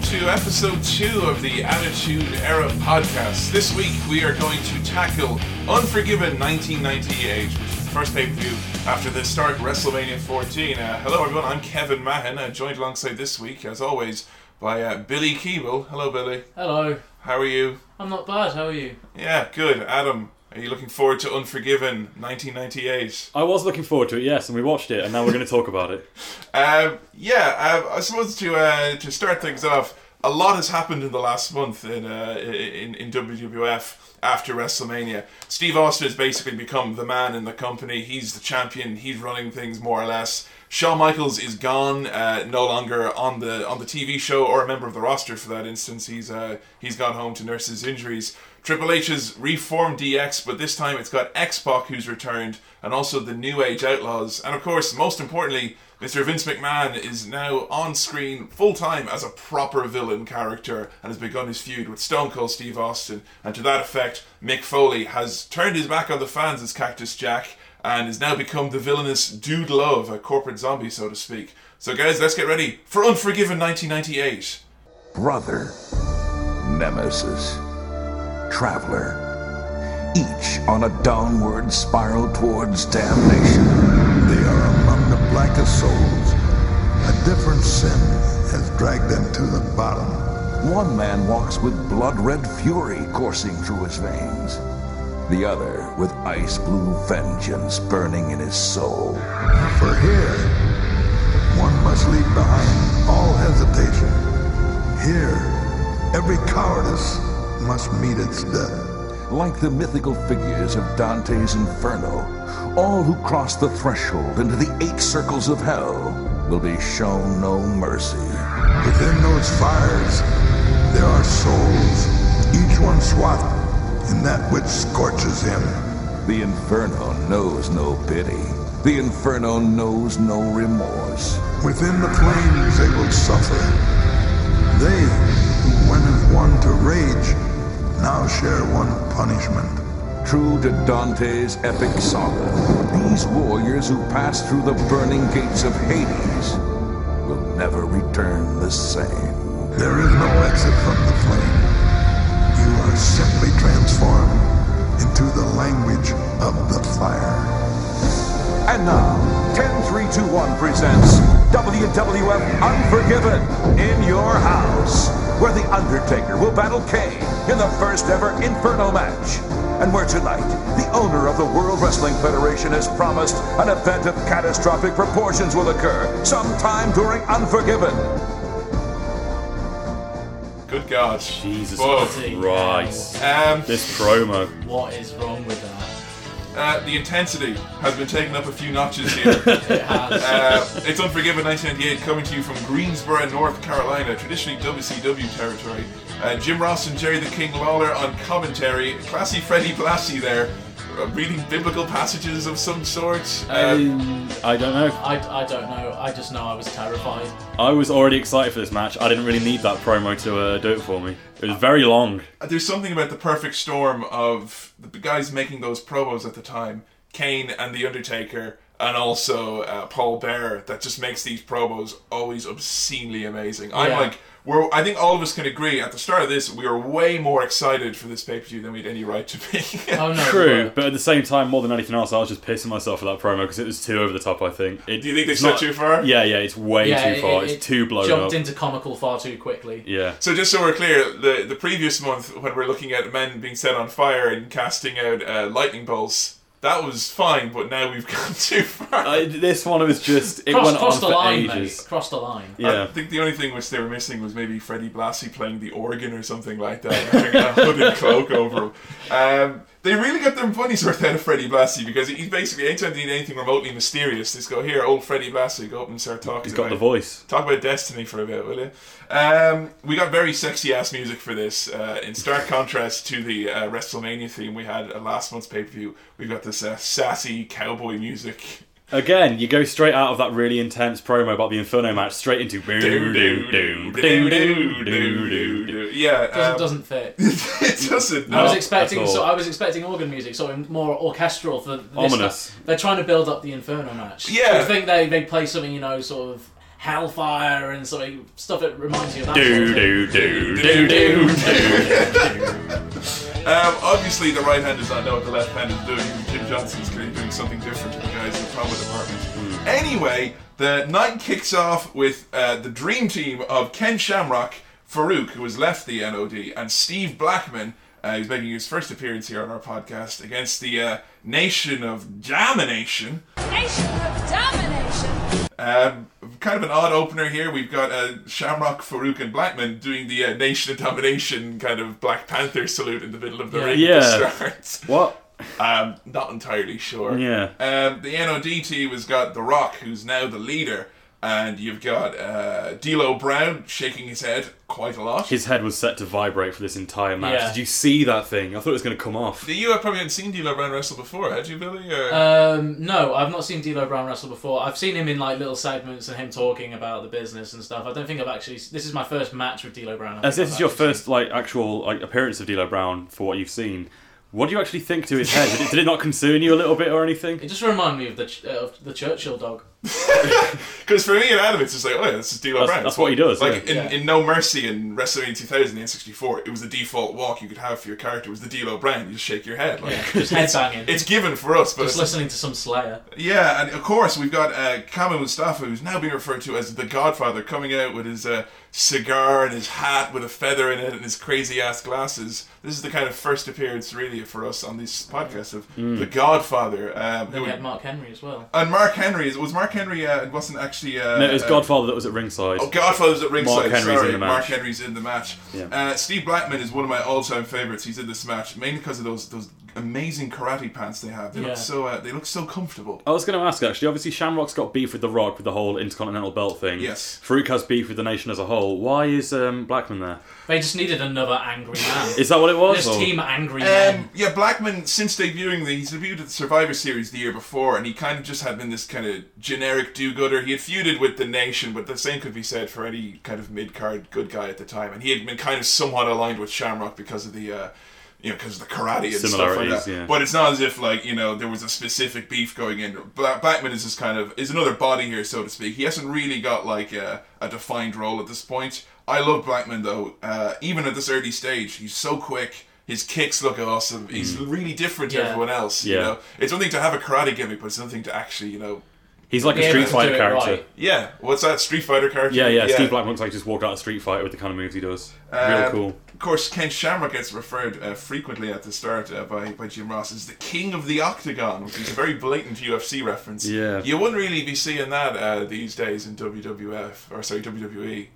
to episode two of the Attitude Era podcast. This week we are going to tackle Unforgiven 1998, which is the first pay per view after the start of WrestleMania 14. Uh, hello everyone, I'm Kevin Mahan, uh, joined alongside this week, as always, by uh, Billy Keeble. Hello, Billy. Hello. How are you? I'm not bad. How are you? Yeah, good. Adam, are you looking forward to Unforgiven 1998? I was looking forward to it, yes, and we watched it, and now we're going to talk about it. Um, yeah, um, I suppose to uh, to start things off, a lot has happened in the last month in uh, in, in WWF after WrestleMania. Steve Austin has basically become the man in the company. He's the champion. He's running things more or less. Shawn Michaels is gone, uh, no longer on the on the TV show or a member of the roster for that instance. He's uh, he's gone home to nurse his injuries. Triple H has reformed DX, but this time it's got X Pac who's returned, and also the New Age Outlaws, and of course, most importantly, Mr. Vince McMahon is now on screen full time as a proper villain character and has begun his feud with Stone Cold Steve Austin. And to that effect, Mick Foley has turned his back on the fans as Cactus Jack and has now become the villainous Dude Love, a corporate zombie, so to speak. So, guys, let's get ready for Unforgiven 1998. brother, nemesis, traveler, each on a downward spiral towards damnation. They are among the blackest souls. A different sin has dragged them to the bottom. One man walks with blood red fury coursing through his veins, the other with ice blue vengeance burning in his soul. For here, one must leave behind all hesitation. Here, every cowardice must meet its death. Like the mythical figures of Dante's Inferno, all who cross the threshold into the eight circles of hell will be shown no mercy. Within those fires, there are souls, each one swathed in that which scorches him. The Inferno knows no pity. The Inferno knows no remorse. Within the flames they will suffer. They, who went as one to rage, now share one punishment. True to Dante's epic saga, these warriors who pass through the burning gates of Hades will never return the same. There is no exit from the flame. You are simply transformed into the language of the fire. And now, 10321 presents WWF Unforgiven in your house, where The Undertaker will battle Kane in the first ever Inferno match. And where tonight, the owner of the World Wrestling Federation has promised an event of catastrophic proportions will occur sometime during Unforgiven. Good God. Jesus Whoa. Christ. Um, This promo. What is wrong with that? uh, the intensity has been taken up a few notches here. It has. Uh, it's Unforgiven 1998 coming to you from Greensboro, North Carolina, traditionally WCW territory. Uh, Jim Ross and Jerry the King Lawler on commentary. Classy Freddie Blassie there, uh, reading biblical passages of some sort. Uh, I don't know. I, I don't know. I just know I was terrified. I was already excited for this match. I didn't really need that promo to uh, do it for me. It was very long. there's something about the perfect storm of the guys making those promos at the time Kane and The Undertaker. And also uh, Paul Bearer that just makes these promos always obscenely amazing. I'm Yeah. like, we're, I think all of us can agree at the start of this, we were way more excited for this pay per view than we had any right to be. Oh no. True, but at the same time, more than anything else, I was just pissing myself for that promo because it was too over the top. I think. It, Do you think they it's set not- too far? Yeah, yeah. It's way Yeah, too far. it- it it's too blown Jumped up. into comical far too quickly. yeah. So just so we're clear, the the previous month when we're looking at men being set on fire and casting out uh, lightning bolts, that was fine. But now we've gone too Oh, far. I, this one was just it Cross, went cross on the for line, ages. mate. Cross the line. Yeah. I think the only thing which they were missing was maybe Freddie Blassie playing the organ or something like that, and having a hooded cloak over him. Um, they really got their money's worth out of Freddie Blassie because he's basically anytime they did anything remotely mysterious, they just go here, old Freddie Blassie, go up and start talking. He's got about the it." voice. Talk about Destiny for a bit, will you? Um, we got very sexy ass music for this. Uh, in stark contrast to the uh, WrestleMania theme we had at last month's pay per view, we've got this uh, sassy cowboy music. Again, you go straight out of that really intense promo about the Inferno match straight into Do, do, do, do, do, do, do. Yeah, Doesn't, um, doesn't fit. it doesn't. I was Not at expecting. all. So I was expecting organ music, so more orchestral for this Ominous. They're trying to build up the Inferno match. Yeah. I think they they play something you know sort of hellfire and sort of stuff that reminds you of that. sort Do of thing. do do do do do. Um, obviously, the right hand does not know what the left hand is doing. Jim Johnson's clearly doing something different to the guys in the promo department. Anyway, the night kicks off with uh, the dream team of Ken Shamrock, Farouk, who has left the NOD, and Steve Blackman. Uh, he's making his first appearance here on our podcast against the uh, Nation of Jamination. Nation of domination. Um, kind of an odd opener here. We've got uh, Shamrock, Farouk, and Blackman doing the uh, Nation of Domination kind of Black Panther salute in the middle of the Yeah. ring. Yeah. Starts. What? Um, not entirely sure. Yeah. Um, the NOD team has got The Rock, who's now the leader, and you've got uh, D'Lo Brown shaking his head quite a lot. His head was set to vibrate for this entire match. Yeah. Did you see that thing? I thought it was going to come off. you uh, probably hadn't seen D'Lo Brown wrestle before, had you, Billy? Or- Um, no, I've not seen D'Lo Brown wrestle before. I've seen him in like little segments and him talking about the business and stuff. I don't think I've actually. This is my first match with D'Lo Brown. I think As this I've is your actually- first like actual like appearance of D'Lo Brown for what you've seen, what do you actually think to his head? Did it, did it not concern you a little bit or anything? It just reminded me of the ch- of the Churchill dog. Because for me and Adam, it's just like, oh, yeah, this is D'Lo That's- Brown. that's what he does, Like yeah. in, in No Mercy in WrestleMania 2000 in 64, it was the default walk you could have for your character. was the D'Lo Brown. You just shake your head. Like, Just head banging. It's given for us, but just it's, listening to some Slayer. yeah, and of course we've got uh, Kamu Mustafa, who's now being referred to as the Godfather, coming out with his uh, cigar and his hat with a feather in it and his crazy ass glasses. This is the kind of first appearance really for us on this podcast of Mm. the Godfather. Um, who We would- had Mark Henry as well. and Mark Henry was Mark Henry uh, wasn't actually uh, No, it was uh, Godfather that was at ringside. Oh, Godfather's at ringside. Mark Henry's Sorry, in the Mark match. Henry's in the match. Yeah. Uh, Steve Blackman is one of my all-time favorites. He's in this match mainly because of those those amazing karate pants they have. They Yeah. look so uh, they look so comfortable. I was going to ask actually. Obviously, Shamrock's got beef with The Rock with the whole Intercontinental Belt thing. Yes. Farouk has beef with the nation as a whole. Why is um, Blackman there? They just needed another angry man. Is that what it was? this or- team angry Um, man. yeah, Blackman, since debuting, the, he's debuted at the Survivor Series the year before, and he kind of just had been this kind of generic do-gooder. He had feuded with the Nation, but the same could be said for any kind of mid-card good guy at the time. And he had been kind of somewhat aligned with Shamrock because of the, uh, you know, because of the karate and stuff like Similarities, that. yeah. But it's not as if like you know there was a specific beef going in. Bla- Blackman is just kind of is another body here, so to speak. He hasn't really got like a, a defined role at this point. I love Blackman though. Uh, even at this early stage, he's so quick. His kicks look awesome. He's really different to Yeah. everyone else. You Mm. Yeah. know, it's one thing to have a karate gimmick, but it's another thing to actually you know. He's like Yeah, a Street but to do Fighter it character. right. Yeah, what's that Street Fighter character? Yeah, yeah, Steve Blackman's like just walked out of Street Fighter with the kind of moves he does. Real Um, cool. Of course, Ken Shamrock gets referred uh, frequently at the start uh, by, by Jim Ross as the King of the Octagon, which is a very blatant UFC reference. Yeah. You wouldn't really be seeing that uh, these days in WWF, or sorry, WWE.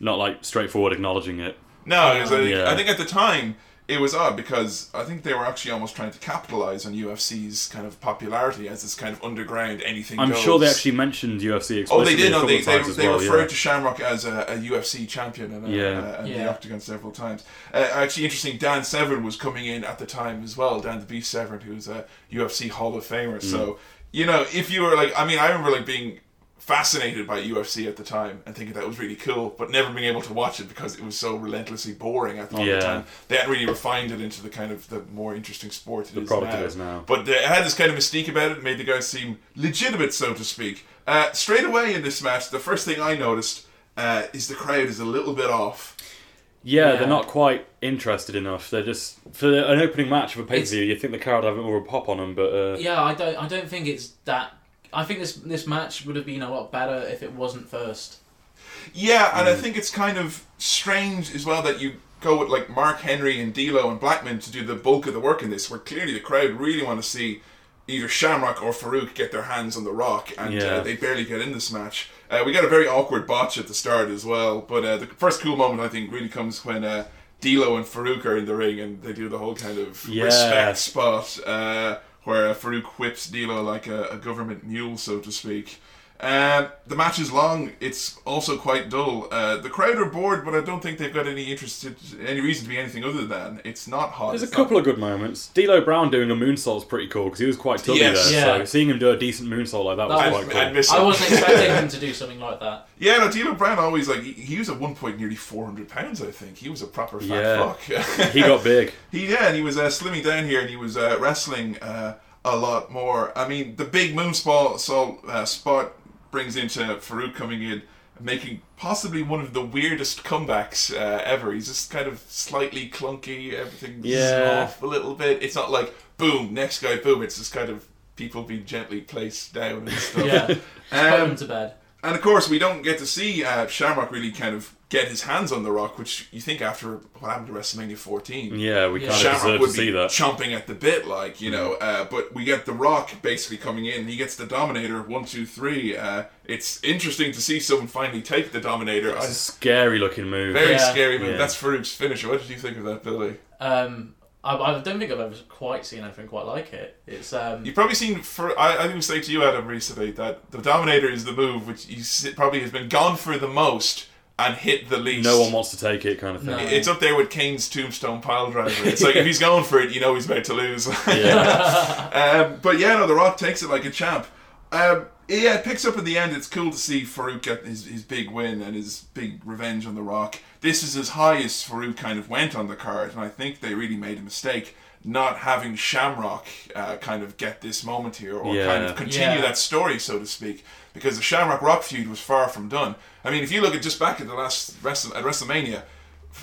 Not like straightforward acknowledging it. No, 'cause I, think, Yeah. I think at the time it was odd because I think they were actually almost trying to capitalize on UFC's kind of popularity as this kind of underground anything I'm goes. sure they actually mentioned UFC explicitly Oh, they did. a No, couple they of they, times as they well, referred yeah. to Shamrock as a, a UFC champion and, uh Yeah. uh, and the Yeah. octagon several times. Uh, actually, interesting. Dan Severn was coming in at the time as well. Dan the Beast Severn, who's a UFC Hall of Famer. Mm. So you know, if you were like, I mean, I remember like being fascinated by UFC at the time and thinking that was really cool, but never being able to watch it because it was so relentlessly boring. I thought at Yeah. the time they hadn't really refined it into the kind of the more interesting sport it is product now. it is now. But they- it had this kind of mystique about it, made the guys seem legitimate, so to speak. Uh, straight away in this match, the first thing I noticed uh, is the crowd is a little bit off. Yeah, Yeah. they're not quite interested enough. They're just for an opening match of a pay per view. You think the crowd have more of a pop on them, but uh, Yeah, I don't. I don't think it's that. I think this this match would have been a lot better if it wasn't first. Yeah, and I Mm. think it's kind of strange as well that you go with like Mark Henry and D'Lo and Blackman to do the bulk of the work in this, where clearly the crowd really want to see either Shamrock or Farouk get their hands on the rock, and uh, Yeah. they barely get in this match. Uh, we got a very awkward botch at the start as well, but uh, the first cool moment I think really comes when. Uh, D'Lo and Farouk are in the ring, and they do the whole kind of Yeah. respect spot uh, where Farouk whips D'Lo like a, a government mule, so to speak. Um, the match is long. It's also quite dull. Uh, the crowd are bored, but I don't think they've got any interest, any reason to be anything other than it's not hot. there's a it's couple not- of good moments. D'Lo Brown doing a moonsault's pretty cool because he was quite tubby Yes. there. Yeah. So seeing him do a decent moonsault like that was That quite was- cool. I'd miss I it. wasn't expecting him to do something like that. Yeah, no, D'Lo Brown always like he, he was at one point nearly four hundred pounds. I think he was a proper fat Yeah. fuck. he got big. He yeah, and he was uh, slimming down here, and he was uh, wrestling uh, a lot more. I mean, the big moonsault saw, uh, spot brings into Farouk coming in. making possibly one of the weirdest comebacks uh, ever. He's just kind of slightly clunky, everything's Yeah. off a little bit. It's not like boom, next guy, boom. It's just kind of people being gently placed down and stuff. Yeah. Just put Um, him to bed. And of course, we don't get to see uh, Shamrock really kind of get his hands on the Rock, which you think after what happened to WrestleMania 14. Yeah, we Yeah. kind Shamrock of deserve to would see be that. Mm. chomping at the bit, like you know. Uh, but we get the Rock basically coming in. He gets the Dominator one, two, three. Uh, it's interesting to see someone finally take the Dominator. I- Scary looking move. very Yeah. scary move. Yeah. That's Farouk's finisher. What did you think of that, Billy? Um, I, I don't think I've ever quite seen anything quite like it. It's um, You've probably seen. For I, I didn't say to you, Adam, recently that the Dominator is the move which you s- probably has been gone for the most and hit the least. No one wants to take it, kind of thing. No. It's up there with Kane's tombstone pile driver. It's like if he's going for it, you know he's about to lose. Yeah. um, but yeah, no, The Rock takes it like a champ. Um, yeah, it picks up in the end. It's cool to see Farouk get his, his big win and his big revenge on The Rock. This is as high as Farouk kind of went on the card, and I think they really made a mistake not having Shamrock uh, kind of get this moment here or Yeah. kind of continue Yeah. that story, so to speak, because the Shamrock Rock feud was far from done. I mean, if you look at just back at the last Wrestle- at WrestleMania,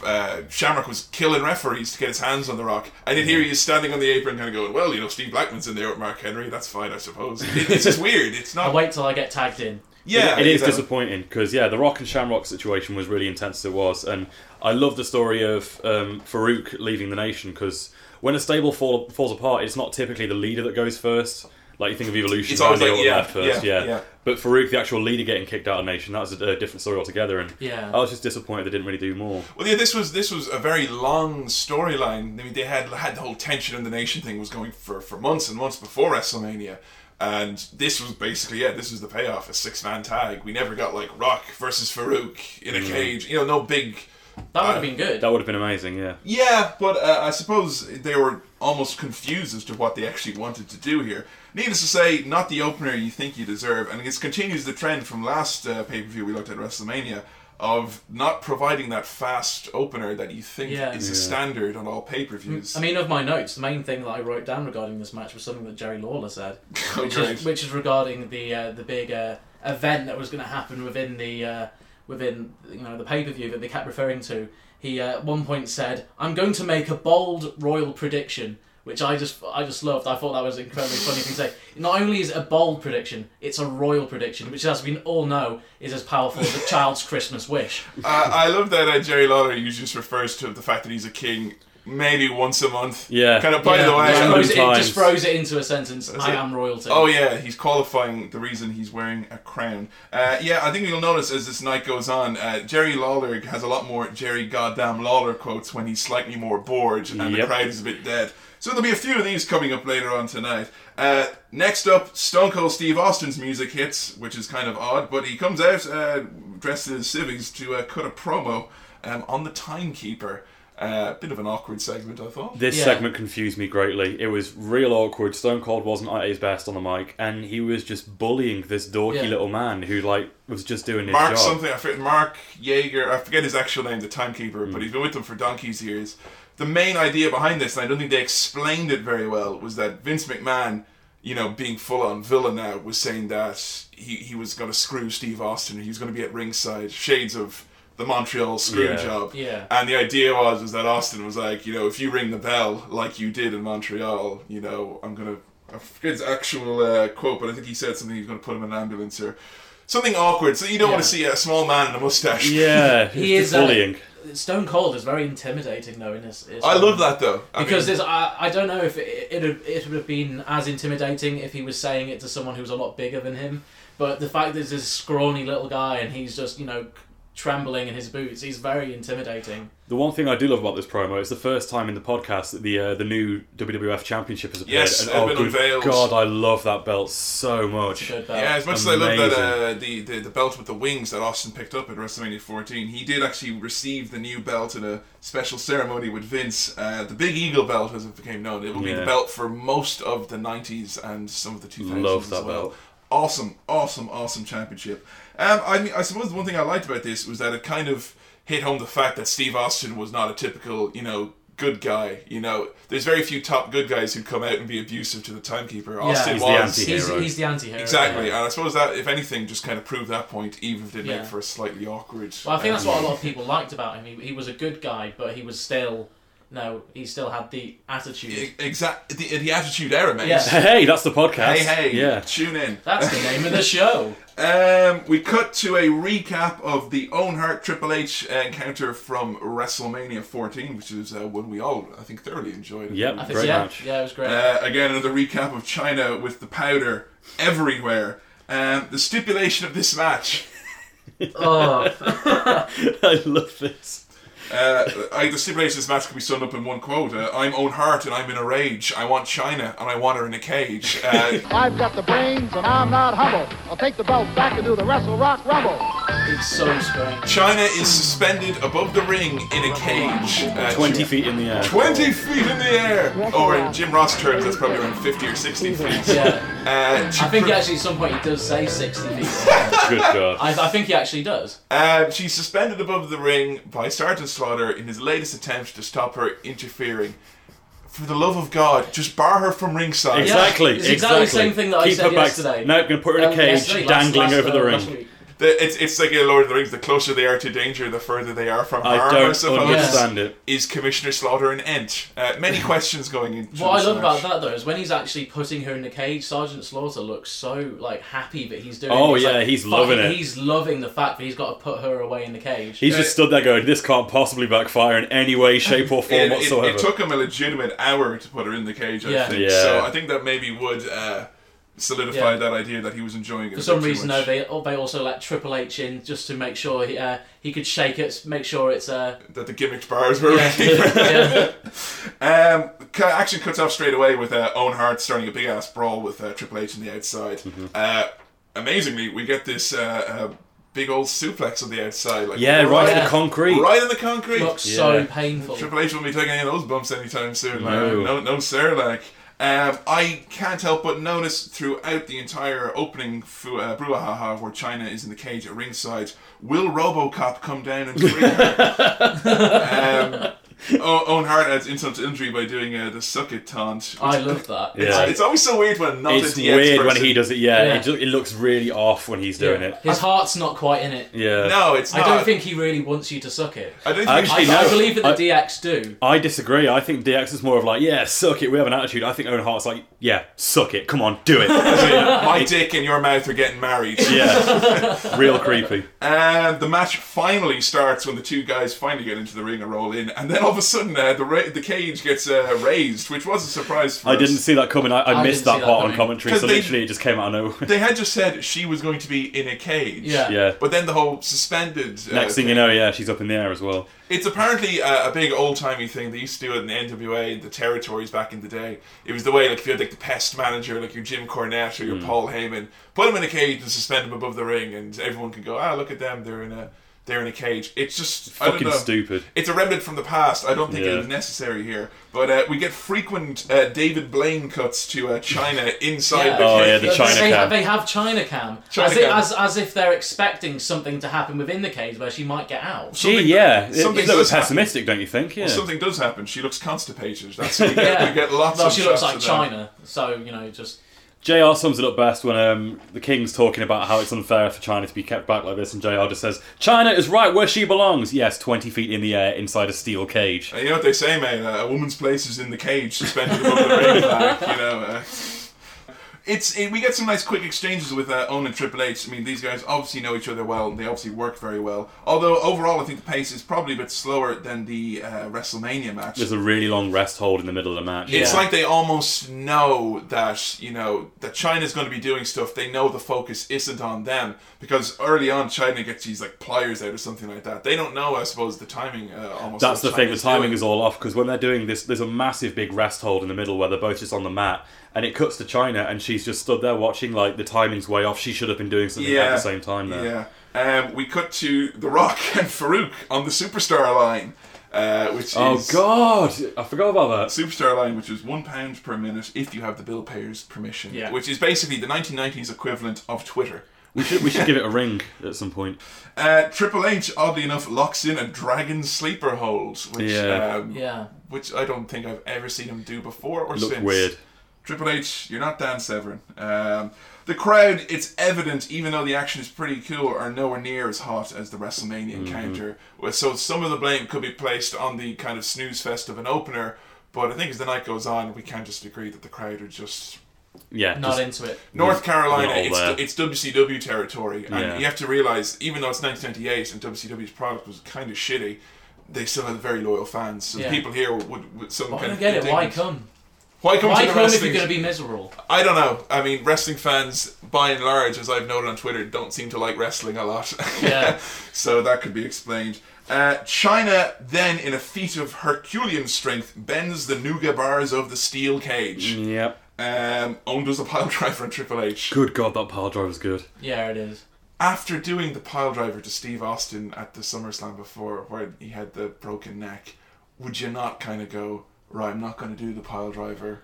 uh, Shamrock was killing referees to get his hands on the Rock. I did hear he is standing on the apron, kind of going, "Well, you know, Steve Blackman's in there with Mark Henry. That's fine, I suppose." It, it's just weird. It's I not. wait till I get tagged in. yeah, it is you know. disappointing because yeah, the Rock and Shamrock situation was really intense as it was, and I love the story of um, Farouk leaving the nation because when a stable fall, falls apart, it's not typically the leader that goes first. Like you think of Evolution, It's always Randy like, Orton yeah, left first, yeah, yeah, yeah. But Farouk, the actual leader, getting kicked out of the nation, that's a, a different story altogether. And Yeah. I was just disappointed they didn't really do more. Well, yeah, this was this was a very long storyline. I mean, they had had the whole tension in the nation thing was going for for months and months before WrestleMania, and this was basically yeah, this was the payoff a six man tag. We never got like Rock versus Farouk in a cage. You know, no big. That would Uh, have been good. That would have been amazing, yeah. Yeah, but uh, I suppose they were almost confused as to what they actually wanted to do here. Needless to say, not the opener you think you deserve, and this continues the trend from last uh, pay per view we looked at WrestleMania of not providing that fast opener that you think Yeah. is the standard on all pay per views. I mean, of my notes, the main thing that I wrote down regarding this match was something that Jerry Lawler said, which great. is which is regarding the uh, the big uh, event that was going to happen within the uh, within you know the pay per view that they kept referring to. He uh, at one point said, "I'm going to make a bold royal prediction." Which I just I just loved. I thought that was an incredibly funny thing to say. Not only is it a bold prediction, it's a royal prediction, which as we all know is as powerful as a child's Christmas wish. uh, I love that uh, Jerry Lawler usually just refers to the fact that he's a king maybe once a month. Yeah. Kind of, by Yeah, the way, just throws random it in- just times. throws it into a sentence. I it. am royalty. Oh yeah, he's qualifying the reason he's wearing a crown. Uh, yeah, I think you'll notice as this night goes on, uh, Jerry Lawler has a lot more Jerry Goddamn Lawler quotes when he's slightly more bored and the Yep. crowd is a bit dead. So there'll be a few of these coming up later on tonight. Uh, next up, Stone Cold Steve Austin's music hits, which is kind of odd, but he comes out uh, dressed in his civvies to uh, cut a promo um, on the Timekeeper. Uh, bit of an awkward segment, I thought. This Yeah. segment confused me greatly. It was real awkward. Stone Cold wasn't at his best on the mic, and he was just bullying this dorky Yeah. little man who like was just doing his Mark job. something. I forget Mark Jaeger. I forget his actual name, the timekeeper, Hmm. but he's been with them for donkey's years. The main idea behind this, and I don't think they explained it very well, was that Vince McMahon, you know, being full on villain now, was saying that he, he was going to screw Steve Austin. He was going to be at ringside. Shades of the Montreal screw Yeah. job. Yeah. And the idea was was that Austin was like, you know, if you ring the bell like you did in Montreal, you know, I'm gonna I forget his actual uh, quote, but I think he said something he's gonna put him in an ambulance or something awkward. So you don't want Yeah. to see a small man in a mustache. Yeah, He it's is, uh, bullying. Stone Cold is very intimidating though in this. It's- I love that though. I because mean, there's, I, I don't know if it it would it would have been as intimidating if he was saying it to someone who was a lot bigger than him. But the fact that there's this scrawny little guy and he's just you know trembling in his boots, he's very intimidating. The one thing I do love about this promo, it's the first time in the podcast that the uh, the new WWF Championship has appeared. Yes, and, oh, it's been good unveiled. God, I love that belt so much. Good belt. yeah, as much as I love that uh, the, the the belt with the wings that Austin picked up at WrestleMania 14, he did actually receive the new belt in a special ceremony with Vince. Uh, the Big Eagle belt, as it became known, it will be the Yeah. belt for most of the 90s and some of the 2000s Love that as well. belt. Awesome, awesome, awesome championship. Um, I mean, I suppose the one thing I liked about this was that it kind of hit home the fact that Steve Austin was not a typical, you know, good guy. You know, there's very few top good guys who come out and be abusive to the timekeeper. Yeah. Austin He's the was anti-hero. He's, he's the anti-hero. exactly, yeah. and I suppose that if anything, just kind of proved that point, even if it did Yeah. make for a slightly awkward. Well, I think that's um, what a lot of people liked about him. He, he was a good guy, but he was still no, he still had the attitude. Exact e-, the, the attitude error, mate. Yeah. Hey, that's the podcast. Hey, hey, Yeah. tune in. That's the name of the show. Um, we cut to a recap of the Own Heart Triple H encounter from WrestleMania 14, which is uh, one we all, I think, thoroughly enjoyed. Yep. I think Great yeah, match. yeah, it was great. Uh, again, another recap of China with the powder everywhere. Um, the stipulation of this match, oh, I love this. uh, I, the stipulation of this match can be summed up in one quote: uh, "I'm Own Heart and I'm in a rage. I want China and I want her in a cage." Uh, I've got the brains and I'm not humble. I'll take the belt back and do the Wrestle Rock Rumble. it's so strange. China is suspended above the ring in a cage. Uh, 20 feet in the air. 20 feet in the air! Or in Jim Ross terms, that's probably around 50 or 60 feet. Yeah, Uh, she, I think pre- actually at some point he does say sixty feet. Good God. I, I think he actually does. uh, she's suspended above the ring by Sergeant Slaughter in his latest attempt to stop her interfering. For the love of God, just bar her from ringside. Exactly. it's exactly the exactly. same thing that I Keep said her back. yesterday. No, I'm going to put her in a Um, cage, yesterday, last- dangling last- over the uh, ring. last week. The- it's, it's like in Lord of the Rings, the closer they are to danger, the further they are from I harm, I don't suppose. understand it. Is Commissioner Slaughter an ent? Uh, many questions going into What I this love match. about that though is when he's actually putting her in the cage, Sergeant Slaughter looks so like happy that he's doing. Oh, it. It's yeah, like, he's fuck loving it. He's loving the fact that he's got to put her away in the cage. He's just stood there going, this can't possibly backfire in any way, shape, or form it, it- whatsoever. it took him a legitimate hour to put her in the cage, I Yeah. think. Yeah. So I think that maybe would uh, solidify Yeah. that idea that he was enjoying it. a For bit some too reason, though, much. they, oh, they also let Triple H in just to make sure he, uh, he could shake it, make sure it's. Uh, that the gimmicked bars were yeah, yeah. Um, cu- action cuts off straight away with uh, Owen Hart starting a big ass brawl with uh, Triple H on the outside. Uh, amazingly, we get this uh, uh, big old suplex on the outside. Like, yeah, right in Yeah. the concrete. right in the concrete. looks so Yeah. painful. Triple H won't be taking any of those bumps anytime soon. No. Like, no, no, sir. Like, um, I can't help but notice throughout the entire opening fu- uh, brouhaha where China is in the cage at ringside, will RoboCop come down and free her? um, o- Owen Hart adds insult to injury by doing uh, the suck it taunt. I love that. Yeah. It's always so weird when not It's a DX weird person. when he does it. Yeah, Yeah. It, just, it looks really off when he's doing it. His heart's not quite in it. Yeah. No, it's I not. don't think he really wants you to suck it. I don't think I, Actually, he- no. I believe that the I- DX do. I disagree. I think DX is more of like, yeah, suck it. We have an attitude. I think Owen Hart's like, yeah, suck it. Come on, do it. my dick and your mouth are getting married. yeah. Real creepy. And the match finally starts when the two guys finally get into the ring and roll in, and then all of a sudden uh, the ra- the cage gets uh, raised, which was a surprise for I us. didn't see that coming. I, I, I missed didn't see that that part on coming. commentary, 'Cause so they- literally it just came out of nowhere. They had just said she was going to be in a cage. Yeah. yeah. But then the whole suspended. uh, Next thing you know, yeah, she's up in the air as well. It's apparently a, a big old timey thing they used to do it in the NWA and the territories back in the day. It was the way, like, if you had like the pest manager, like your Jim Cornette or your Mm. Paul Heyman, put him in a cage and suspend him above the ring, and everyone can go, ah, look at them, they're in a they're in a cage. It's just I don't Fucking know. stupid. It's a remnant from the past. I don't think Yeah. it was necessary here, but uh, we get frequent uh, David Blaine cuts to uh, China inside Yeah. the Oh, cage. yeah, the They- China they, cam. They have China cam. China as, it- cam. as as if they're expecting something to happen within the cage where she might get out. Gee, Something- yeah. It's a something little does happen. pessimistic, don't you think? Yeah. Something does happen. She looks constipated. That's we get, we get lots well, of she looks shots like of that. China, so you know, just JR sums it up best when um, the King's talking about how it's unfair for China to be kept back like this, and JR just says, China is right where she belongs. Yes, 20 feet in the air inside a steel cage. Uh, You know what they say, man? Uh, a woman's place is in the cage, suspended above the ring flag. You know. Uh, it's it, we get some nice quick exchanges with uh, Owen and Triple H. I mean, these guys obviously know each other well. and They obviously work very well. Although overall, I think the pace is probably a bit slower than the uh, WrestleMania match. There's a really long rest hold in the middle of the match. It's Yeah. like they almost know that you know that China's going to be doing stuff. They know the focus isn't on them because early on China gets these like pliers out or something like that. They don't know, I suppose, the timing. Uh, almost That's what the thing. The China's timing doing. is all off because when they're doing this, there's a massive big rest hold in the middle where they're both just on the mat, and it cuts to China, and she's just stood there watching. Like the timing's way off. She should have been doing something at the same time. There. Yeah. Um, we cut to The Rock and Farouk on the Superstar line, uh, which Oh is God, I forgot about that. Superstar line, which is one pound per minute if you have the bill payer's permission, Yeah. which is basically the 1990s equivalent of Twitter. We should we should give it a ring at some point. Uh, Triple H, oddly enough, locks in a dragon sleeper hold, which Yeah. um, yeah. which I don't think I've ever seen him do before or Looked since. weird. Triple H, you're not Dan Severn. Um, the crowd, it's evident, even though the action is pretty cool, are nowhere near as hot as the WrestleMania Mm-hmm. encounter. Well, So some of the blame could be placed on the kind of snooze fest of an opener, but I think as the night goes on, we can just agree that the crowd are just. Yeah, Not just- into it. North Carolina, Not all it's, there. it's WCW territory, and Yeah. you have to realize, even though it's 1998 and WCW's product was kind of shitty, they still had very loyal fans. So the Yeah. people here would, would some But I kind don't of get it. Why indignant- come? Why come Why to the come if wrestling? you're going to be miserable? I don't know. I mean, wrestling fans, by and large, as I've noted on Twitter, don't seem to like wrestling a lot. Yeah. so that could be explained. Uh, China then, in a feat of Herculean strength, bends the nougat bars of the steel cage. Yep. Um, owned as a pile driver on Triple H. Good God, that pile drive was good. Yeah, it is. After doing the pile driver to Steve Austin at the SummerSlam before, where he had the broken neck, would you not kind of go, right, I'm not going to do the pile driver?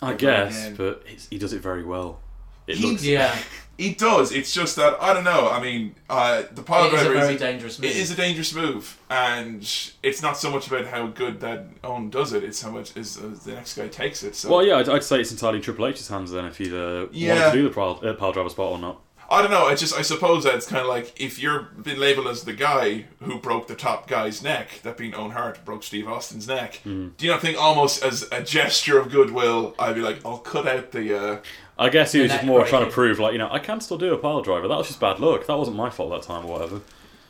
I guess, again. but it's, he does it very well. It He looks. Yeah, It does. It's just that I don't know. I mean, uh, the pile it is a driver very is, dangerous move. it is a dangerous move, and it's not so much about how good that own does it; it's how much is uh, the next guy takes it. So Well, yeah, I'd, I'd say it's entirely in Triple H's hands then if he'd uh, wanted Yeah. to do the pile, uh, pile driver spot or not. I don't know. I just I suppose that's kind of like if you're been labeled as the guy who broke the top guy's neck, that being Owen Hart broke Steve Austin's neck. Mm-hmm. Do you not think almost as a gesture of goodwill, I'd be like, I'll cut out the. Uh, I guess he was The just neck more trying to breaking. prove, like, you know, I can still do a pile driver. That was just bad luck. That wasn't my fault that time or whatever.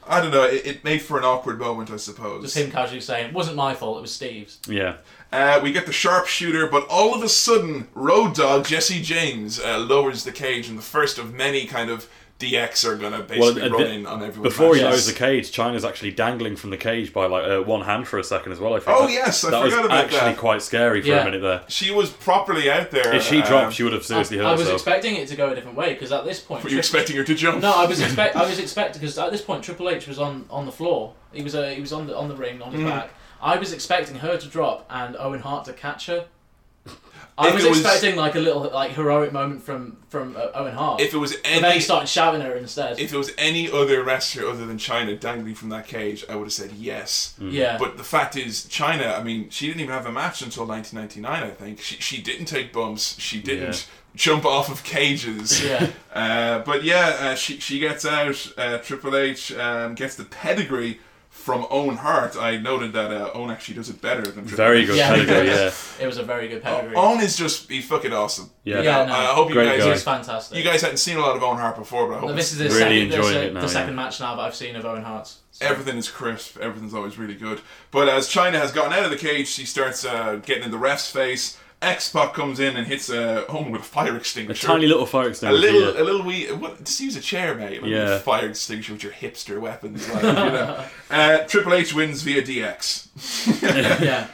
I don't know. It, it made for an awkward moment, I suppose. Just him casually saying, "It wasn't my fault. It was Steve's." Yeah. Uh, we get the sharpshooter, but all of a sudden, Road Dog Jesse James uh, lowers the cage, and the first of many kind of DX are gonna Well, basically uh, run the- in on everyone. before he matches. lowers the cage, China's actually dangling from the cage by like uh, one hand for a second as well. I think. Oh, That- yes, I that was forgot about actually that. quite scary for Yeah. a minute there. she was properly out there. If she dropped, um, she would have seriously hurt I was herself. expecting it to go a different way because at this point, were you expecting her to jump? No, I was expect I was expecting because at this point Triple H was on, on the floor. He was uh, he was on the on the ring on his Mm. back. I was expecting her to drop and Owen Hart to catch her. I If was, it was- expecting like a little like heroic moment from from uh, Owen Hart. If it was but then he any, started shouting at her instead. if it was any other wrestler other than China dangling from that cage, I would have said yes. Hmm. yeah, But the fact is, China. I mean, she didn't even have a match until 1999. I think she she didn't take bumps. She didn't jump off of cages. yeah, Uh, but yeah, uh, she she gets out. Uh, Triple H um, gets the pedigree from Owen Hart. I noted that uh, Owen actually does it better than Triple Very good Yeah. pedigree, yeah. it was a very Oh, good pedigree. Owen is just he's fucking awesome. Yeah. Yeah, Uh, no. I hope you Great guys It guy. was fantastic. you guys hadn't seen a lot of Owen Hart before, but I hope this is the Really second, this, enjoying uh, it now, the yeah. second match now that I've seen of Owen Hart's. So- everything is crisp. Everything's always really good. But as China has gotten out of the cage, she starts uh, getting in the ref's face. X Pac comes in and hits uh, Owen with a fire A extinguisher. tiny little fire A extinguisher. little, uh, a yeah. little wee. What, just use a chair, mate. Like Yeah. yeah. Fire extinguisher with your hipster weapons. Like, you know. uh, Triple H wins via DX. yeah,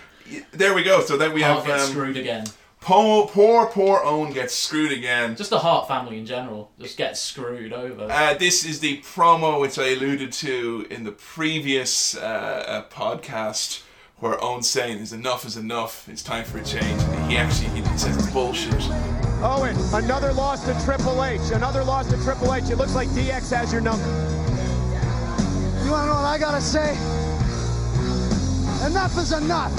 there we go. So then we Hart gets have um, screwed again. poor, poor, poor Owen gets screwed again. Just the Hart family in general just gets screwed over. Uh, this is the promo which I alluded to in the previous uh, uh, podcast, where Owen's saying, "Is enough is enough. It's time for a change." And he actually he says it's bullshit. Owen, another loss to Triple H. Another loss to Triple H. It looks like DX has your number. You wanna know what I gotta say? Enough is enough.